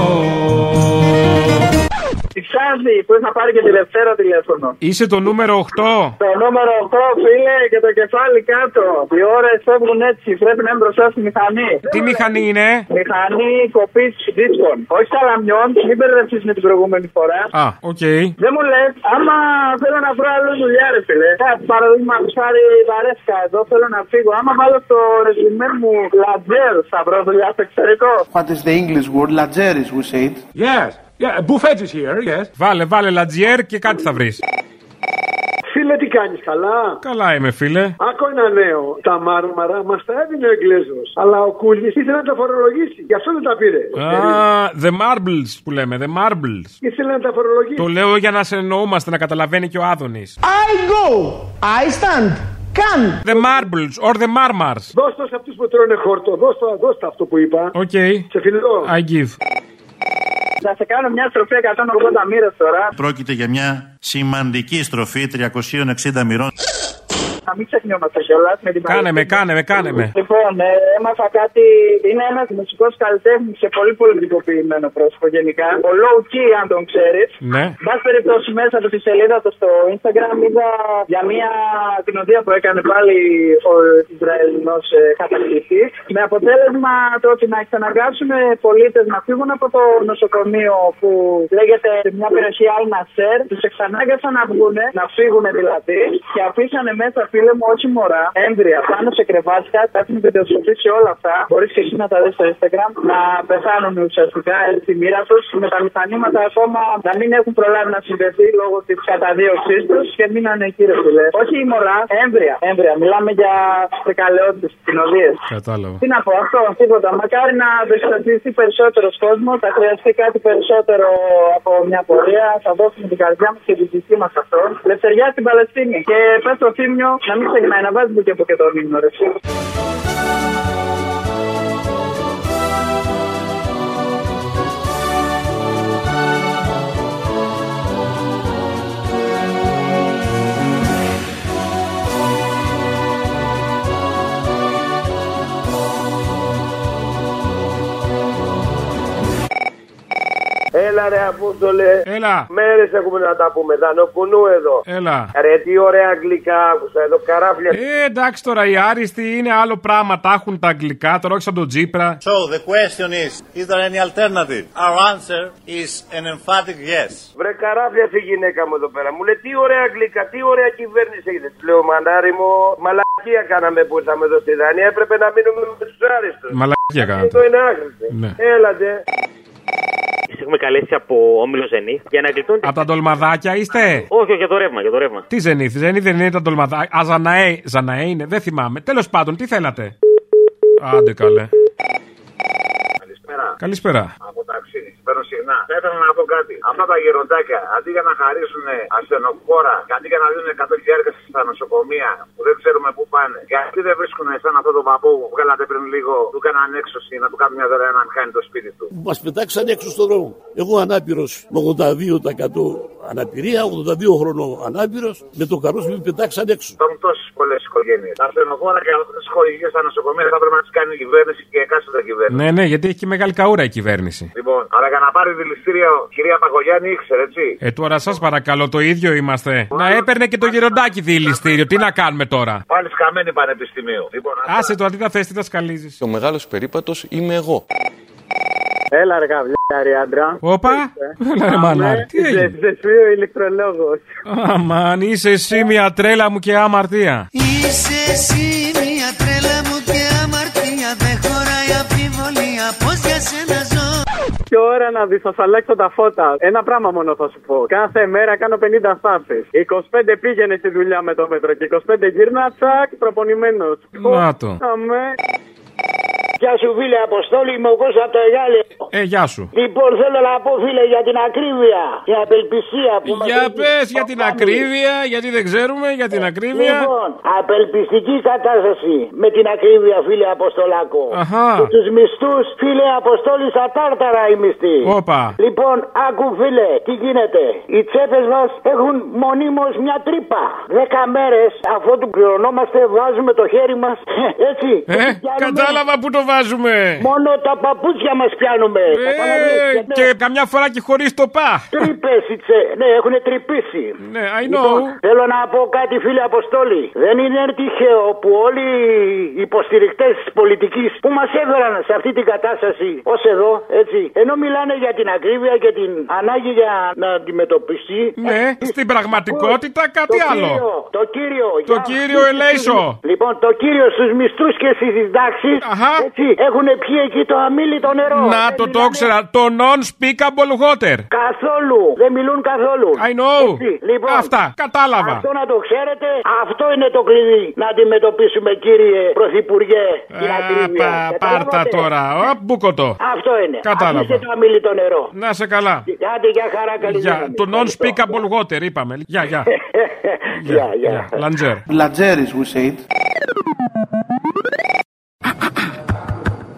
Speaker 11: Ψάχνει που θα πάρει και τελευταίο τηλέφωνο.
Speaker 3: Είσαι το νούμερο 8.
Speaker 11: Το νούμερο 8, φίλε, και το κεφάλι κάτω. Οι ώρες φεύγουν έτσι. Πρέπει να είναι μπροστά στη μηχανή.
Speaker 3: Τι μηχανή είναι?
Speaker 11: Μηχανή κοπής δίσκων. Όχι καλαμιών, μην μπερδευτείς με την προηγούμενη φορά.
Speaker 3: Α, οκ. Okay.
Speaker 11: Δεν μου λες, άμα θέλω να βρω άλλη δουλειά, ρε φίλε. Ε, Παραδείγμα, πάρει βαρέσκα εδώ, θέλω να φύγω. Άμα βάλω στο ρεζιμέ μου λατζέρ, θα βρω δουλειά στο εξωτερικό.
Speaker 12: What is the English word? Λατζέρ is we say it.
Speaker 14: Yes. Yeah, buffet is here, yes.
Speaker 3: Βάλε, βάλε λατζιέρ και κάτι θα βρεις.
Speaker 11: Φίλε, τι κάνεις, καλά.
Speaker 3: Καλά είμαι, φίλε.
Speaker 11: Άκου ένα νέο. Τα μάρμαρα μας τα έδινε ο Εγγλέζος. Αλλά ο Κούλης ήθελε να τα φορολογήσει. Γι' αυτό δεν τα πήρε. Ε,
Speaker 3: Α, the marbles που λέμε, the marbles.
Speaker 11: Ήθελε να τα φορολογήσει.
Speaker 3: Το λέω για να σε εννοούμαστε, να καταλαβαίνει και ο Άδωνης.
Speaker 12: I go, I stand. Καν!
Speaker 3: The marbles or the marmars.
Speaker 11: Δώσ' το σε αυτούς που τρώνε χόρτο. Δώσ' το, δώσ' το αυτό που είπα.
Speaker 3: Οκ. Okay.
Speaker 11: Σε φιλό.
Speaker 3: I give.
Speaker 11: Θα σε κάνω μια στροφή 180 μοίρες τώρα.
Speaker 15: Πρόκειται για μια σημαντική στροφή 360 μοιρών.
Speaker 11: Να μην ξεχνιόμαστε κιόλας με την
Speaker 3: Κάνε με, κάνε με, κάνε με.
Speaker 11: Λοιπόν, ε, έμαθα κάτι. Είναι ένας μουσικός καλλιτέχνης και πολύ πολιτικοποιημένο πρόσωπο γενικά. Ο Low Key, αν τον ξέρεις.
Speaker 3: Ναι.
Speaker 11: Μπα περιπτώσει μέσα από τη σελίδα του στο Instagram είδα για μια κοινωνία που έκανε πάλι ο Ισραηλινός ε, κατακτητής. Με αποτέλεσμα το ότι να εξαναγκάσουν πολίτες να φύγουν από το νοσοκομείο που λέγεται μια περιοχή Al Nasser. Τους εξανάγκασαν να βγουν, να φύγουν δηλαδή και αφήσανε μέσα φίλε μου, όχι μωρά, έμβρια, πάνω σε κρεβάτια, τα έχουν βελτιωθεί όλα αυτά. Μπορείς και εσύ να τα δεις στο Instagram, να πεθάνουν ουσιαστικά έτσι η μοίρα του, με τα μηχανήματα ακόμα να μην έχουν προλάβει να συνδεθεί λόγω της καταδίωξής τους και μείνανε εκεί, ρε φίλε. Όχι η μωρά, έμβρια, έμβρια. Μιλάμε για φρικαλαιότητες κοινωνίε.
Speaker 3: Κατάλαβα.
Speaker 11: Τι να πω, αυτό, τίποτα. Μακάρι να δεξιοποιηθεί περισσότερος κόσμος, θα χρειαστεί κάτι περισσότερο από μια πορεία. Θα δώσουμε την καρδιά μας και την ψυχή μας αυτό. Λευτεριά στην Παλαιστίνη. Και πες το θύμιο να μην ξεχνάει, να βάζει και από και το μήνυμα, ρε φίλε.
Speaker 28: Έλα ρε Απόστολε.
Speaker 3: Έλα.
Speaker 28: Μέρες έχουμε να τα πούμε. Δανοκουνού εδώ.
Speaker 3: Έλα.
Speaker 28: Ρε τι ωραία αγγλικά άκουσα εδώ. Καράφλια.
Speaker 3: Ε, εντάξει τώρα, οι άριστοι είναι άλλο πράγμα. Τα έχουν τα αγγλικά, τώρα όχι σαν τον Τζίπρα.
Speaker 21: So the question is, is there any alternative? Our answer is an emphatic yes.
Speaker 28: Βρε καράφλια η γυναίκα μου εδώ πέρα. Μου λέει τι ωραία αγγλικά, τι ωραία κυβέρνηση έχετε. Της Λέω μανάρι μου, μαλακία κάναμε που ήρθαμε εδώ στη Δανία. Έπρεπε να μείνουμε με τους άριστους.
Speaker 3: Μαλακία
Speaker 28: Αυτό
Speaker 3: κάνατε.
Speaker 28: είναι άγριστη.
Speaker 3: Ναι.
Speaker 28: Έλατε.
Speaker 27: έχουμε καλέσει από όμιλο Ζενή για να γλιτώνει.
Speaker 3: Από τα ντολμαδάκια είστε.
Speaker 27: Όχι, όχι, για το ρεύμα, για το ρεύμα.
Speaker 3: Τι Ζενίθ, Ζενίθ δεν είναι τα ντολμαδάκια. Α, Ζαναέ, Ζαναέ είναι, δεν θυμάμαι. Τέλος πάντων, τι θέλατε. Άντε καλέ.
Speaker 29: Καλησπέρα.
Speaker 3: Καλησπέρα.
Speaker 29: Από ταξίδι, παίρνω συχνά. Θα ήθελα να πω κάτι. Αυτά τα γεροντάκια, αντί για να χαρίσουν ασθενοφόρα και αντί για να δίνουν 100.000 στα νοσοκομεία που δεν ξέρουμε πού πάνε, γιατί δεν βρίσκουν σαν αυτό τον παππού που βγάλατε πριν λίγο, του έκαναν έξωση να του κάνουν μια δωρεά να μην κάνει το σπίτι του.
Speaker 30: Μας πετάξαν έξω στον δρόμο. Εγώ ανάπηρος με 82% αναπηρία, 82 χρονών ανάπηρος, με το καρός με πετάξαν έξω.
Speaker 29: Υπάρχουν τόσες πολλές οικογένειες. Τα ασθενοφόρα και αυτέ τι χορηγίες στα νοσοκομεία θα πρέπει να τις κάνει η κυβέρνηση και εκάστοτε κυβέρνηση.
Speaker 3: Ναι, ναι, γιατί έχει και μεγάλη καούρα η κυβέρνηση.
Speaker 29: Λοιπόν, αλλά για να πάρει δηληστήριο, κυρία Παγογιάννη ήξερε, έτσι.
Speaker 3: Ε, τώρα σας παρακαλώ, το ίδιο είμαστε. Να έπαιρνε και το γεροντάκι διηληστήριο. Τι να κάνουμε τώρα.
Speaker 29: Πάλι σκαμμένη πανεπιστημίου. Λοιπόν, αυτά.
Speaker 3: Άσε το, τι θα θες, τι θα σκαλίζεις.
Speaker 31: Ο μεγάλος περίπατος είμαι εγώ.
Speaker 32: Έλα ρε καβλιάρι άντρα.
Speaker 3: Όπα, έλα ρε μανάρι. Τι έγινε.
Speaker 32: Ζεσμίου ηλεκτρολόγος.
Speaker 3: Αμάν, είσαι εσύ μια τρέλα μου και αμαρτία.
Speaker 33: Είσαι εσύ μια τρέλα μου και αμαρτία Δεν χωράει αμφιβολία πως για σένα ζω
Speaker 32: Και ώρα να δεις, θα σ' αλλάξω τα φώτα. Ένα πράγμα μόνο θα σου πω. Κάθε μέρα κάνω 50 στάσεις. 25 πήγαινε στη δουλειά με το μέτρο και 25 γύρνα, τσακ, προπονημένος.
Speaker 3: Να το.
Speaker 32: Αμέ.
Speaker 34: Γεια σου φίλε Αποστόλη, είμαι ο Κώστας από το Εγάλε.
Speaker 3: Ε, γεια σου.
Speaker 34: Λοιπόν, θέλω να πω φίλε για την ακρίβεια, την απελπισία που μας
Speaker 3: Για
Speaker 34: έχει
Speaker 3: πες για την
Speaker 34: προκαλεί.
Speaker 3: ακρίβεια, γιατί δεν ξέρουμε, για την ακρίβεια.
Speaker 34: Λοιπόν, απελπιστική κατάσταση με την ακρίβεια φίλε Αποστολάκο.
Speaker 3: Αχα.
Speaker 34: Και τους μισθούς φίλε Αποστόλη στα τάρταρα οι μισθοί.
Speaker 3: Όπα.
Speaker 34: Λοιπόν, άκου φίλε, τι γίνεται. Οι τσέπες μας έχουν μονίμως μια τρύπα. Δέκα μέρες αφού του πληρωνόμαστε βάζουμε το χέρι μας έτσι.
Speaker 3: Ε,
Speaker 34: Πιάνουμε-
Speaker 3: κατάλαβα που το βάζουμε.
Speaker 34: Μόνο τα παπούτσια μας πιάνουμε.
Speaker 3: Ε, και καμιά φορά και χωρίς το πα.
Speaker 34: Τρύπε, ναι, έχουν τρυπήσει.
Speaker 3: Ναι, I know.
Speaker 34: Λοιπόν, θέλω να πω κάτι, φίλε Αποστόλη. Δεν είναι τυχαίο που όλοι οι υποστηρικτές της πολιτικής που μας έφεραν σε αυτή την κατάσταση ως εδώ, έτσι, ενώ μιλάνε για την ακρίβεια και την ανάγκη για να αντιμετωπιστεί. ε,
Speaker 3: Ναι, στην πραγματικότητα κάτι
Speaker 34: το
Speaker 3: άλλο.
Speaker 34: Κύριο, το κύριο.
Speaker 3: Το
Speaker 34: για
Speaker 3: κύριο
Speaker 34: αυτούς τους
Speaker 3: ελέησο.
Speaker 34: μισθούς. Λοιπόν, το κύριο στους μισθούς και στις συντάξει. Έτσι, έχουν πιει εκεί το αμήλυτο νερό.
Speaker 3: Να
Speaker 34: Δεν
Speaker 3: το το
Speaker 34: μιλάνε
Speaker 3: ξέρα, το non-speakable water.
Speaker 34: Καθόλου. Δεν μιλούν καθόλου.
Speaker 3: I know.
Speaker 34: Έτσι, λοιπόν,
Speaker 3: Αυτά, κατάλαβα.
Speaker 34: Αυτό να το ξέρετε, αυτό είναι το κλειδί να αντιμετωπίσουμε, κύριε Πρωθυπουργέ. την
Speaker 3: Α,
Speaker 34: ακρίβεια.
Speaker 3: Ε, πα-
Speaker 34: Καταλάβατε?
Speaker 3: Πάρτα τώρα, Ω, μπούκοτο.
Speaker 34: Αυτό είναι.
Speaker 3: Κατάλαβα.
Speaker 34: Αφήστε το αμήλυτο νερό.
Speaker 3: Να σε καλά.
Speaker 34: Άντε, για χαρά, καλή
Speaker 3: Γεια.
Speaker 34: δύναμη.
Speaker 3: Το non-speakable water είπαμε. Γεια, γεια.
Speaker 34: Ε.
Speaker 3: Γεια, γεια. Λαντζέρ.
Speaker 12: Λατζέρης, we say it.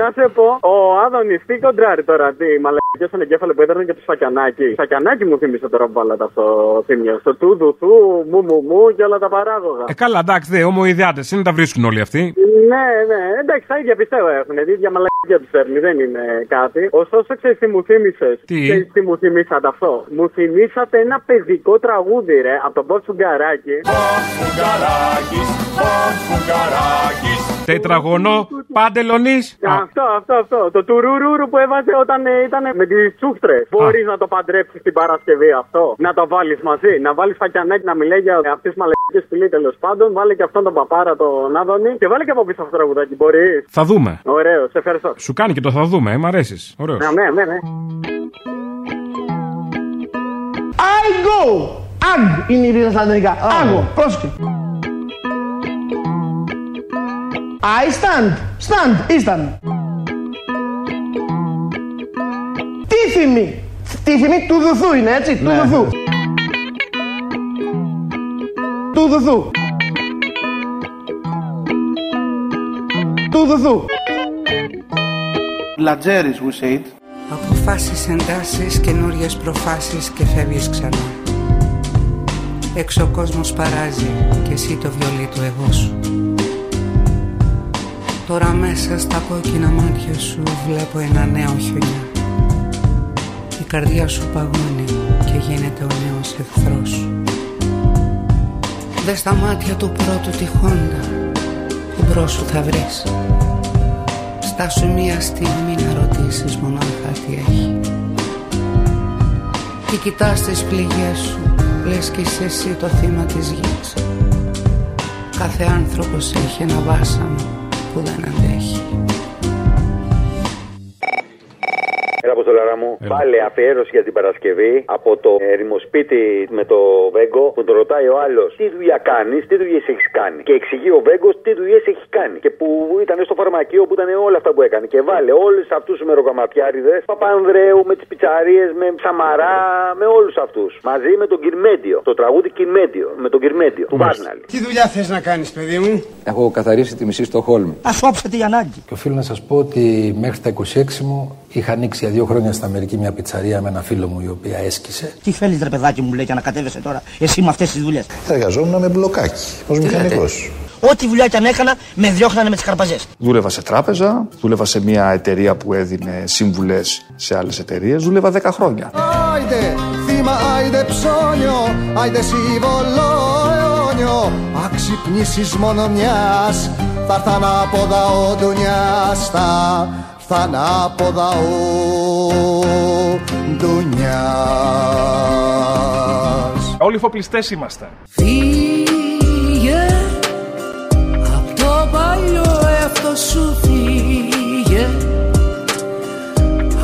Speaker 32: Να σε πω, ο Άδωνης τι κοντράρει τώρα, τι μαλακιά στον εγκέφαλο που έδερνε και το σακιανάκι. Σακιανάκι μου θύμισε τώρα που βάλατε αυτό το θύμιο. Στο του δου του, μου μου μου και όλα τα παράγωγα.
Speaker 3: Ε, καλά, εντάξει, δε, ομοειδιάτε είναι, τα βρίσκουν όλοι αυτοί.
Speaker 32: Ναι, ναι, εντάξει, τα ίδια πιστεύω έχουν. Η ίδια μαλακιά τους φέρνει, δεν είναι κάτι. Ωστόσο, ξέρεις τι μου θύμισες.
Speaker 3: Τι?
Speaker 32: τι μου θυμήσατε αυτό. Μου θυμήσατε ένα παιδικό τραγούδι, ρε, από τον Μπότσου Γκαράκη.
Speaker 35: Φουγκαράκης, ο Φουγκαράκης,
Speaker 3: Τετραγωνό, παντελονή.
Speaker 32: Αυτό, αυτό, αυτό. Το τουρούρουρου που έβαζε όταν ε, ήταν με τις τσούχτρες. Μπορείς να το παντρέψεις την Παρασκευή αυτό. Να το βάλεις μαζί. Να βάλεις φακιανάκι να μιλάει για αυτές τις μαλακίες που λέει τέλος πάντων. Βάλε και αυτόν τον παπάρα τον Άδωνη. Και βάλε και από πίσω αυτό το τραγουδάκι. Μπορείς.
Speaker 3: Θα δούμε.
Speaker 32: Ωραίος, σε ευχαριστώ.
Speaker 3: Σου κάνει και το θα δούμε, ε, μ' αρέσεις.
Speaker 32: 啊
Speaker 34: ναι.
Speaker 3: Ωραίος.
Speaker 32: Ναι, ναι, ναι.
Speaker 12: I go Αγ είναι η ρίδα στα λατινικά.
Speaker 21: ναι.
Speaker 12: Άγο. Πρόσεχε. I stand. Stand. Ήσταν. Τίθιμη. Τίθιμη του δουθού είναι έτσι. Του
Speaker 21: Ναι.
Speaker 12: δουθού. Του δουθού. Του δουθού.
Speaker 21: Λατζέρης, we say it.
Speaker 25: Αποφάσεις, εντάσεις, καινούριες προφάσεις και φεύγεις ξανά. Έξω ο κόσμος παράζει και εσύ το βιολί του εγώ σου. Τώρα μέσα στα κόκκινα μάτια σου βλέπω ένα νέο χιονιά. Η καρδιά σου παγώνει και γίνεται ο νέος εχθρός σου. Δε στα μάτια του πρώτου τυχόντα που μπρος σου θα βρεις. Στάσου μία στιγμή να ρωτήσεις μονάχα τι έχει Και κοιτάς τις πληγές σου Λες κι είσαι εσύ το θύμα της γης Κάθε άνθρωπος έχει ένα βάσανο που δεν αντέχει
Speaker 7: Έλα, Αποστολάρα μου. Έλα. Πάλι αφιέρωση για την Παρασκευή από το ερημοσπίτι με το Βέγκο που τον ρωτάει ο άλλος τι δουλειά κάνεις, τι δουλειές έχεις κάνει. Και εξηγεί ο Βέγκος τι δουλειές έχει κάνει. Και που ήταν στο φαρμακείο που ήταν όλα αυτά που έκανε. Και βάλε όλους αυτούς τους μεροκαματιάριδες Παπανδρέου με τις πιτσαρίες, με Σαμαρά, με όλους αυτούς. Μαζί με τον Κυρμέντιο. Το τραγούδι Κυρμέντιο. Με τον Κυρμέντιο του Βάρναλι.
Speaker 36: Τι δουλειά θες να κάνεις, παιδί μου.
Speaker 9: Έχω καθαρίσει τη μισή στο Χόλμη.
Speaker 36: Α όψετε η ανάγκη.
Speaker 9: Και οφείλω να σας πω ότι μέχρι τα 26 μου είχα ανοίξει δύο χρόνια στην Αμερική μια πιτσαρία με ένα φίλο μου η οποία έσκησε.
Speaker 36: Τι θέλεις ρε παιδάκι μου, λέει, και ανακατέβεσαι τώρα εσύ με αυτές τις δουλειές.
Speaker 9: Εργαζόμουν με μπλοκάκι ως μηχανικός.
Speaker 36: Ό,τι δουλειά και αν έκανα, με διώχνανε με τις καρπαζές.
Speaker 9: Δούλευα σε τράπεζα, δούλευα σε μια εταιρεία που έδινε σύμβουλες σε άλλες εταιρείες. Δούλευα 10 χρόνια.
Speaker 37: Άιντε, θύμα, άιντε ψώνιο, άιντε σιβολόνιο. Αξυπνήσει μόνο μιας, θα έρθαν από δαόντουνιά στα θα ανάποδα ο ντουνιάς.
Speaker 4: Όλοι φοπλιστές είμαστε.
Speaker 25: Φύγε από το παλιό αυτό σου φύγε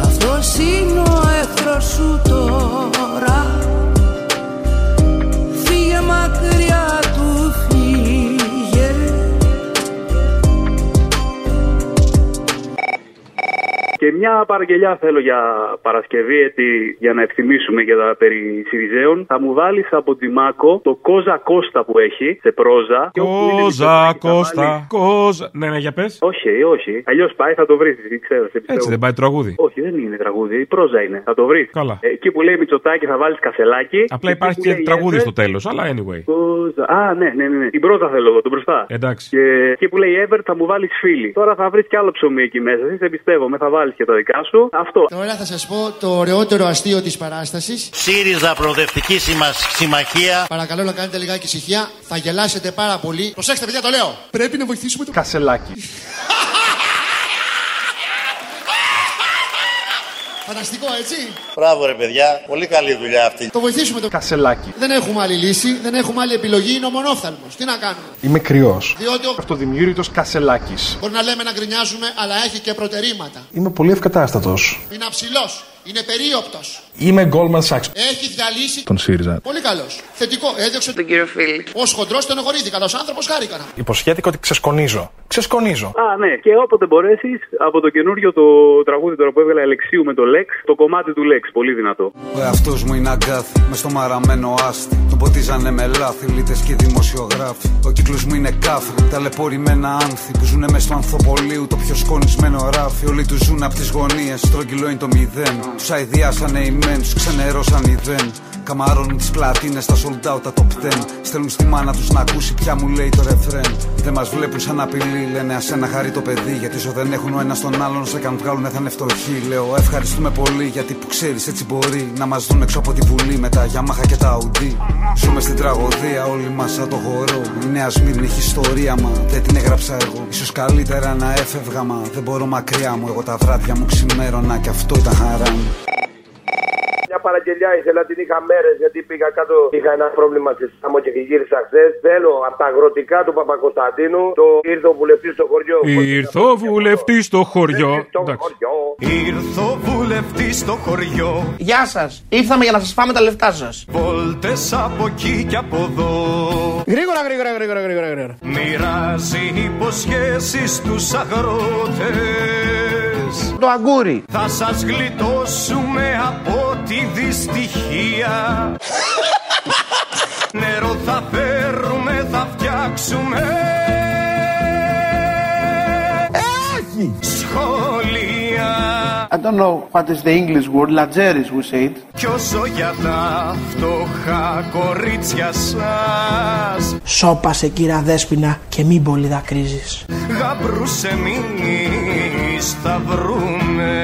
Speaker 25: Αυτός είναι ο εχθρός σου τώρα Φύγε μακριά του φύγε
Speaker 23: Και μια παραγγελιά θέλω για Παρασκευή, έτσι, για να ευθυμίσουμε για τα περί Σιριζέων. Θα μου βάλεις από τη Μάκο το Κόζα Κώστα που έχει σε πρόζα.
Speaker 3: Κόζα Κώστα. Κόζα. Ναι, ναι, για πες.
Speaker 23: Όχι, ε, όχι. Αλλιώς πάει, θα το βρεις. Ξέρω, σε
Speaker 34: Ε,
Speaker 3: Έτσι δεν πάει τραγούδι.
Speaker 23: Όχι, δεν είναι τραγούδι. Η πρόζα είναι. Θα το βρεις.
Speaker 3: Καλά.
Speaker 23: Ε, εκεί που λέει Μητσοτάκι θα βάλεις κασελάκι.
Speaker 3: Απλά υπάρχει και, και τραγούδι στο τέλος, αλλά anyway.
Speaker 23: Κόζα. Α, ναι, ναι, ναι. ναι. Την πρόζα θέλω εγώ, τον μπροστά.
Speaker 3: Εντάξει.
Speaker 23: Και εκεί που λέει Εύερ θα μου βάλεις φίλη. Τώρα θα βρεις κι άλλο ψωμί εκεί μέσα. Εσύ σε πιστεύω, με θα βάλεις και τα δικά σου. Αυτό.
Speaker 37: Τώρα θα σας πω το ωραιότερο αστείο της παράστασης.
Speaker 21: ΣΥΡΙΖΑ Προοδευτική Συμμαχία.
Speaker 37: Παρακαλώ να κάνετε λιγάκι ησυχία. Θα γελάσετε πάρα πολύ. Προσέξτε, παιδιά, το λέω. Πρέπει να βοηθήσουμε το.
Speaker 4: Κασελάκι.
Speaker 37: Φανταστικό, έτσι.
Speaker 21: Μπράβο, ρε παιδιά. Πολύ καλή δουλειά αυτή.
Speaker 37: Το βοηθήσουμε το.
Speaker 4: Κασελάκι.
Speaker 37: Δεν έχουμε άλλη λύση, δεν έχουμε άλλη επιλογή. Είναι ο μονόφθαλμο. Τι να κάνουμε.
Speaker 4: Είμαι κρυός.
Speaker 37: Διότι ο...
Speaker 4: Αυτοδημιούργητος Κασελάκι.
Speaker 37: Μπορεί να λέμε να γκρινιάζουμε, αλλά έχει και προτερήματα.
Speaker 4: Είμαι πολύ ευκατάστατος.
Speaker 37: Είναι αψηλός. Είναι περίοπτος.
Speaker 4: Είμαι Goldman Sachs.
Speaker 37: Έχει διαλύσει
Speaker 4: τον ΣΥΡΙΖΑ.
Speaker 37: Πολύ καλός. Θετικό. Έδιωξε
Speaker 25: τον κύριο Φίλη.
Speaker 37: Ως χοντρός τον εγχωρήθηκα. Ως άνθρωπος χάρηκα.
Speaker 4: Υποσχέθηκα ότι ξεσκονίζω. Ξεσκονίζω.
Speaker 23: Α, ναι. Και όποτε μπορέσεις από το καινούριο το τραγούδι τώρα που έβγαλε Αλεξίου με το Λέξ, το κομμάτι του Λέξ. Πολύ δυνατό.
Speaker 38: Ο εαυτός μου είναι αγκάθι. Με στο μαραμένο άστι. Τον ποτίζανε με λάθη. Λίτες και δημοσιογράφοι. Ο κύκλος μου είναι κάφρι. Ταλαιπωρημένα άνθη που ζουνε μέσα στο ανθοπολίου. Το πιο σκονισμένο ράφι. Όλοι τους ζουν από τις γωνίες. Στρογγυλό είναι το μηδέν. Τους αηδιάσανε οι μεν, τους ξενερώσαν οι δεν. Καμαρώνουν τις πλατίνες, τα sold out, τα top 10. Στέλνουν στη μάνα τους να ακούσει πια μου λέει το ρεφρέν. Δεν μας βλέπουν σαν απειλή, λένε ας ένα χαρί το παιδί. Γιατί ζω δεν έχουν ο ένας τον άλλον, σε καν βγάλουν θα είναι φτωχοί. Λέω ευχαριστούμε πολύ γιατί που ξέρεις έτσι μπορεί να μας δουν έξω από τη βουλή με τα γιαμάχα και τα ουντί. Ζούμε στην τραγωδία, όλοι μας σαν το χορό. Η νέα Σμύρνη έχει ιστορία μα, δεν την έγραψα εγώ. σω καλύτερα να έφευγα μα δεν μπορώ μακριά μου. Εγώ τα βράδια μου ξημέρωνα και αυτό ήταν χαρά μου.
Speaker 23: Μια
Speaker 39: παραγγελιά ήθελα, την είχα μέρες γιατί πήγα κάτω. Είχα ένα πρόβλημα στη Σάμο και γύρισα χθες. Θέλω από τα αγροτικά του Παπακοσταντίνου το ήρθο βουλευτή στο χωριό.
Speaker 3: Ήρθω βουλευτή στο χωριό. Εντάξει.
Speaker 35: Ήρθω βουλευτή στο χωριό.
Speaker 12: Γεια σας. Ήρθαμε για να σας φάμε τα λεφτά σας.
Speaker 35: Βόλτες από εκεί και από εδώ.
Speaker 12: Γρήγορα, γρήγορα, γρήγορα, γρήγορα. γρήγορα.
Speaker 35: Μοιράζει υποσχέσεις στου αγρότε.
Speaker 12: Το αγκούρι.
Speaker 35: Θα σας γλιτώσουμε από τη δυστυχία. Νερό θα φέρουμε, θα φτιάξουμε.
Speaker 12: Έχει.
Speaker 35: Σχολεία.
Speaker 12: I don't know what is the English word, Latzeris we say it.
Speaker 35: Κι όσο για τα φτωχά κορίτσια σας
Speaker 12: Σώπασε κύρα Δέσποινα και μην πολύ δακρύζεις.
Speaker 35: Γαμπρούς εμείς θα βρούμε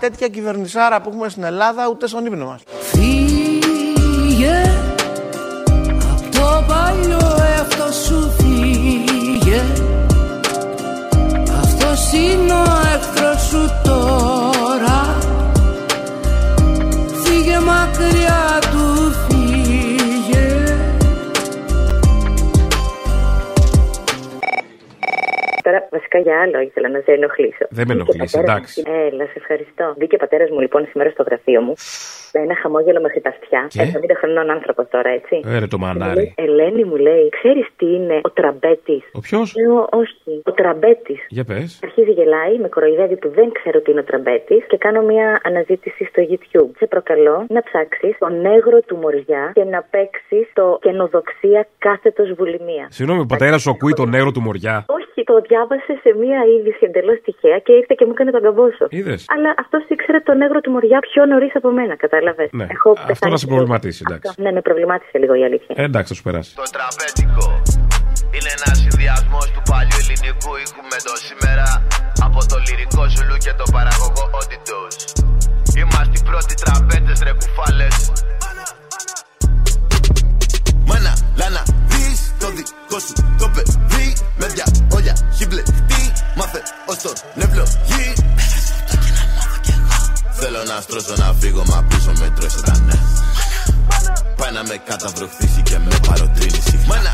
Speaker 12: Τέτοια κυβερνησάρα που έχουμε στην Ελλάδα ούτε στον ύπνο μας.
Speaker 35: Φύγε
Speaker 12: Απ' το παλιό εαυτό σου φύγε
Speaker 35: Αυτός είναι ο εχθρός σου τώρα Φύγε μακριά του φύγε
Speaker 13: Τώρα, βασικά για άλλο ήθελα να σε ενοχλήσω.
Speaker 3: Δεν με
Speaker 13: Μπήκε
Speaker 3: ενοχλείς,
Speaker 13: πατέρας- Ε,
Speaker 3: εντάξει.
Speaker 13: Έλα, σε ευχαριστώ. Μπήκε ο πατέρας μου λοιπόν σήμερα στο γραφείο μου με ένα χαμόγελο μέχρι τα αυτιά.
Speaker 3: Και?
Speaker 13: 70 χρονών άνθρωπος τώρα, έτσι.
Speaker 3: Έρε το
Speaker 13: Και μου
Speaker 3: μανάρι.
Speaker 13: λέει, Ελένη μου λέει, ξέρεις τι είναι ο τραμπέτης.
Speaker 3: Ο ποιος?
Speaker 13: Λέω, όχι. Ο τραμπέτης.
Speaker 3: Για πες.
Speaker 13: Αρχίζει γελάει, με κοροϊδεύει που δεν ξέρω τι είναι ο τραμπέτης και κάνω μια αναζήτηση στο YouTube. Σε προκαλώ να ψάξεις τον νέγρο του Μοριά και να παίξεις το καινοδοξία κάθετος βουλημία.
Speaker 3: Συγγνώμη, ο πατέρας σου ακούει τον νερό του Μωριά.
Speaker 13: Όχι, το διάβασε σε μία είδηση εντελώς τυχαία και ήρθε και μου έκανε τον καμπόσο.
Speaker 3: Είδες.
Speaker 13: Αλλά αυτός ήξερε τον νεύρο του Μωριά πιο νωρίς από μένα, κατάλαβες.
Speaker 3: Ναι. Αυτό να σε προβληματίσει, εντάξει.
Speaker 13: Ναι, με προβλημάτισε λίγο η αλήθεια.
Speaker 3: Ε, εντάξει, θα σου περάσει.
Speaker 39: Το τραπέτικο είναι ένας συνδυασμός του παλιού ελληνικού οίκου με το σήμερα από το λυρικό ζουλού και το παραγωγό Odditos. Είμαστε οι πρώτοι τραπέτε ρε κουφάλες. Μάνα, λάνα, δεις το δικό σου το παιδί με δυο όλια έχει μπλεχτεί. Μάθε ως τον ευλογεί. Θέλω να στρώσω να φύγω μα πίσω με τρώσε τα νέα. Πάει να με καταβροχθήσει και με παροτρύνει συχνά.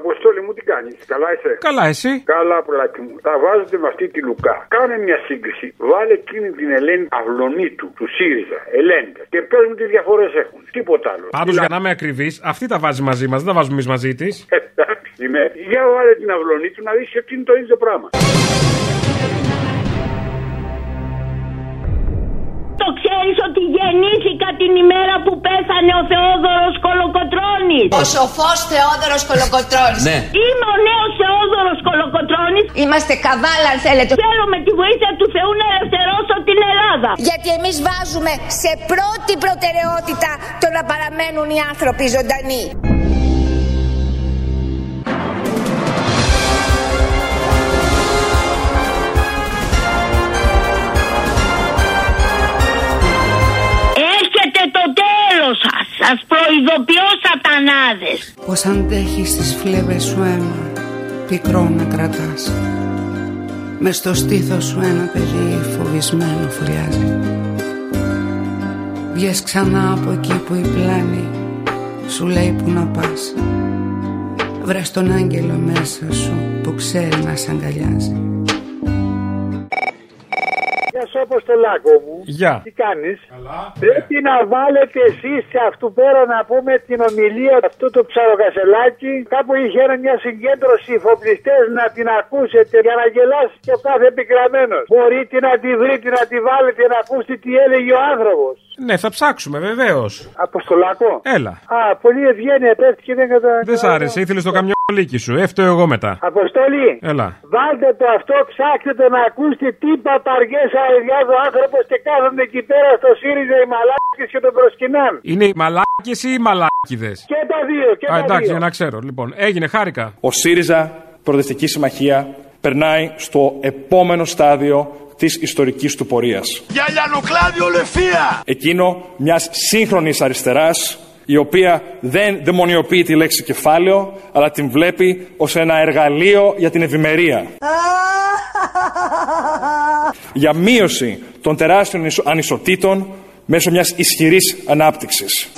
Speaker 40: Αποστόλη μου, τι κάνεις, καλά είσαι.
Speaker 3: Καλά, εσύ.
Speaker 40: Καλά, πουλάκι μου. Τα βάζετε με αυτή τη Λουκά. Κάνε μια σύγκριση. Βάλε εκείνη την Ελένη Αυλονίτου, του ΣΥΡΙΖΑ. Ελένη. Και πες μου τι διαφορές έχουν. Τίποτα άλλο.
Speaker 3: Πάντως, για να είμαι ακριβής, αυτή τα βάζει μαζί μας, δεν τα βάζουμε εμείς μαζί της.
Speaker 40: Εντάξει, ναι. Για βάλε την Αυλονίτου να δεις ότι είναι το ίδιο πράγμα.
Speaker 10: Το ξέρεις ότι γεννήθηκα την ημέρα που πέθανε ο Θεόδωρος Κολοκοτρώνης.
Speaker 5: Ο σοφός Θεόδωρος Κολοκοτρώνης.
Speaker 10: Ναι. Είμαι ο νέος Θεόδωρος Κολοκοτρώνης.
Speaker 5: Είμαστε καβάλα αν θέλετε.
Speaker 10: Θέλω με τη βοήθεια του Θεού να ελευθερώσω την Ελλάδα.
Speaker 5: Γιατί εμείς βάζουμε σε πρώτη προτεραιότητα το να παραμένουν οι άνθρωποι ζωντανοί.
Speaker 10: Έρχεται το τέλος σας. Σας προειδοποιώ σατανάδες.
Speaker 25: Πως αντέχεις τις φλέβες σου αίμα Πικρό να κρατάς Μες στο στήθος σου ένα παιδί φοβισμένο φουλιάζει Βγες ξανά από εκεί που η πλάνη Σου λέει που να πας Βρες τον άγγελο μέσα σου που ξέρει να σ' αγκαλιάζει
Speaker 40: Γεια σου, Αποστολάκο μου.
Speaker 3: Γεια.
Speaker 40: Τι κάνεις. Πρέπει να βάλετε εσείς σε αυτού πέρα να πούμε την ομιλία αυτού του ψαροκασελάκη. Κάπου είχε ένα μια συγκέντρωση υφοπλιστέ να την ακούσετε για να γελάσει και ο κάθε επικραμμένος. Μπορείτε να τη βρείτε, να τη βάλετε, να ακούσετε τι έλεγε ο άνθρωπος.
Speaker 3: Ναι, θα ψάξουμε, βεβαίως.
Speaker 40: Αποστολάκο.
Speaker 3: Έλα.
Speaker 40: Α, πολύ ευγένεια, πέφτει και δεν κατα...
Speaker 3: Δεν σ' άρεσε, Ε. ήθελες το καμιόλίκι σου. Έφτω εγώ μετά.
Speaker 40: Αποστολή.
Speaker 3: Έλα.
Speaker 40: Βάλτε το αυτό, ψάξτε το να ακούσετε τι παπαριές αεριάζει ο άνθρωπος και κάθονται εκεί πέρα στο ΣΥΡΙΖΑ οι μαλάκες και τον προσκυνάν.
Speaker 3: Είναι οι μαλάκες ή οι μαλάκιδε.
Speaker 40: Και τα δύο, και
Speaker 3: Α,
Speaker 40: τα
Speaker 3: εντάξει,
Speaker 40: δύο.
Speaker 3: για να ξέρω. Λοιπόν, έγινε, χάρηκα.
Speaker 4: Ο ΣΥΡΙΖΑ, Προοδευτική Συμμαχία, περνάει στο επόμενο στάδιο της ιστορικής του πορείας.
Speaker 39: Για λιανοκλάδιο λεφία!
Speaker 4: Εκείνο μιας σύγχρονης αριστεράς, η οποία δεν δαιμονιοποιεί τη λέξη κεφάλαιο, αλλά την βλέπει ως ένα εργαλείο για την ευημερία. για μείωση
Speaker 11: των τεράστιων ισο- ανισοτήτων μέσω μιας ισχυρής ανάπτυξης.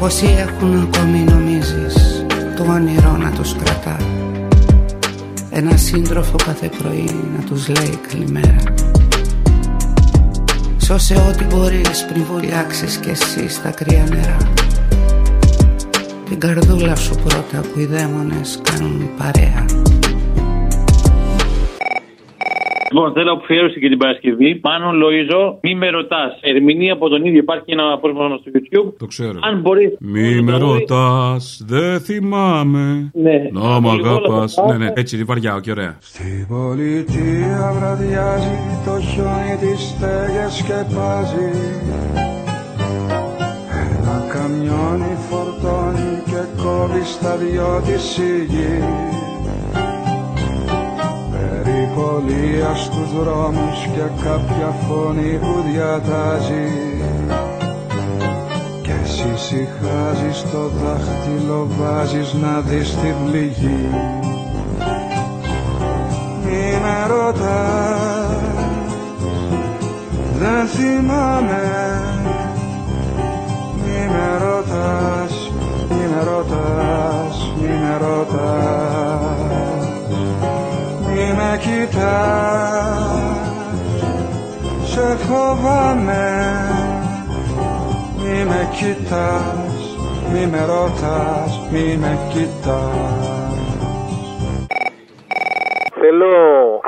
Speaker 25: Όσοι έχουν ακόμη νομίζεις Το όνειρο να τους κρατά Ένα σύντροφο κάθε πρωί να τους λέει καλημέρα Σώσε ό,τι μπορείς πριν βουλιάξεις κι εσύ στα κρύα νερά Την καρδούλα σου πρώτα που οι δαίμονες κάνουν παρέα
Speaker 1: Λοιπόν, θέλω αφιέρωση και την Παρασκευή. Μάνο Λοίζο, μη με ρωτάς. Ερμηνεία από τον ίδιο. Υπάρχει ένα απόσπασμα στο YouTube.
Speaker 13: Το ξέρω.
Speaker 1: Αν μπορείς.
Speaker 13: Μη με ρωτάς, δεν θυμάμαι.
Speaker 1: Ναι.
Speaker 13: Να μ' αγαπά.
Speaker 1: Εγώ
Speaker 13: Ναι, ναι, έτσι βαριά και ωραία.
Speaker 41: Στην πολιτεία βραδιάζει το χιόνι τις στέγες σκεπάζει Ένα καμιόνι φορτώνει και κόβει στα δυο της η γη Περιπολία στους δρόμους και κάποια φωνή που διατάζει Και εσύ συχάζεις το δάχτυλο βάζεις να δεις την πληγή μη με ρωτάς Δεν θυμάμαι Μη με ρωτάς Μη με ρωτάς Μη με ρωτάς Μη με κοιτάς Σε φοβάμαι Μη με κοιτάς Μη με ρωτάς Μη με κοιτάς
Speaker 15: Θέλω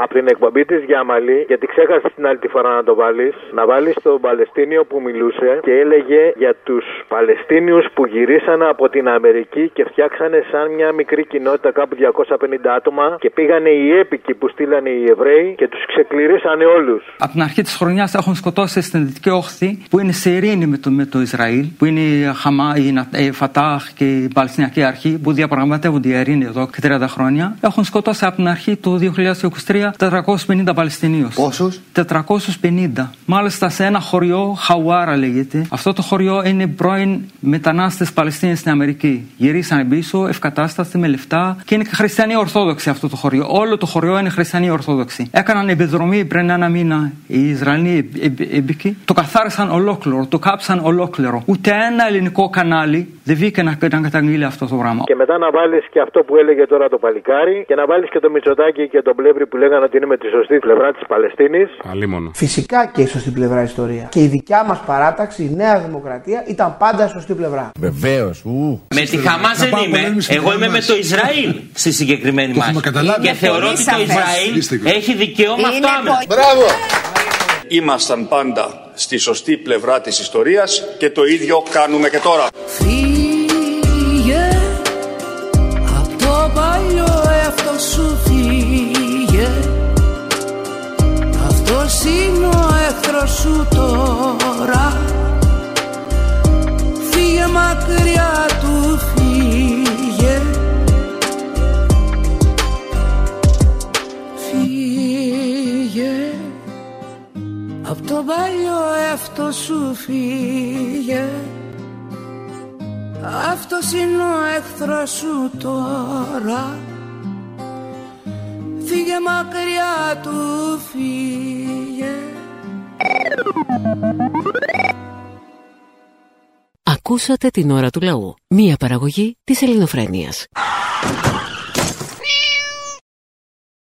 Speaker 15: από την εκπομπή της Γιάμαλη, γιατί ξέχασες την άλλη τη φορά να το βάλεις, να βάλεις τον Παλαιστίνιο που μιλούσε και έλεγε για τους Παλαιστίνιους που γυρίσανε από την Αμερική και φτιάξανε σαν μια μικρή κοινότητα κάπου 250 άτομα και πήγανε οι έπικοι που στείλανε οι Εβραίοι και τους ξεκληρίσανε όλους.
Speaker 42: Από την αρχή της χρονιάς έχουν σκοτώσει στην Δυτική Όχθη που είναι σε ειρήνη με το, με το Ισραήλ, που είναι η Χαμά, η Να- ε, η Φατάχ και η Παλαιστινιακή Αρχή που διαπραγματεύονται η ειρήνη εδώ και 30 χρόνια. Έχουν σκοτώσει από την αρχή του 2023 450 Παλαιστινίους. Πόσους? 450. Μάλιστα σε ένα χωριό, Χαουάρα λέγεται. Αυτό το χωριό είναι πρώην μετανάστες Παλαιστίνη στην Αμερική. Γυρίσανε πίσω, ευκατάστατοι με λεφτά και είναι χριστιανοί Ορθόδοξοι αυτό το χωριό. Όλο το χωριό είναι χριστιανοί Ορθόδοξοι. Έκαναν επιδρομή πριν ένα μήνα οι Ισραηλοί επ- επ- έμπικοι. Το καθάρισαν ολόκληρο, το κάψαν ολόκληρο. Ούτε ένα ελληνικό κανάλι δεν βγήκε να, να καταγγείλει αυτό το πράγμα.
Speaker 15: Και μετά να βάλεις και αυτό που έλεγε τώρα το παλικάρι και να βάλεις και το Μητσοτάκι και τον Πλεύρη που λέγανε ότι είναι με τη σωστή πλευρά της Παλαιστίνης.
Speaker 13: Αλίμονο.
Speaker 36: Φυσικά και η σωστή πλευρά η ιστορία. Και η δικιά μας παράταξη, η Νέα Δημοκρατία, ήταν πάντα η σωστή πλευρά.
Speaker 29: Βεβαίως.
Speaker 30: Με τη Χαμάς δεν είμαι. Εγώ είμαι με το Ισραήλ στη συγκεκριμένη μα. Και θεωρώ ότι το
Speaker 29: Πολύ σαφές.
Speaker 30: Ισραήλ έχει δικαίωμα
Speaker 29: Είναι
Speaker 30: αυτό άμυνα.
Speaker 29: πολύ- Μπράβο.
Speaker 33: Ήμασταν πάντα στη σωστή πλευρά της ιστορίας και το ίδιο κάνουμε και τώρα. Φύγε από το παλιό εαυτό σου φύγε Αυτός είναι ο εχθρός σου τώρα Φύγε μακριά του φύγε Φύγε από το παλιό εαυτό σου φύγε αυτός είναι ο εχθρός σου τώρα Φύγε μακριά του φύγε
Speaker 19: Ακούσατε την ώρα του λαού. Μία παραγωγή της ελληνοφρένειας.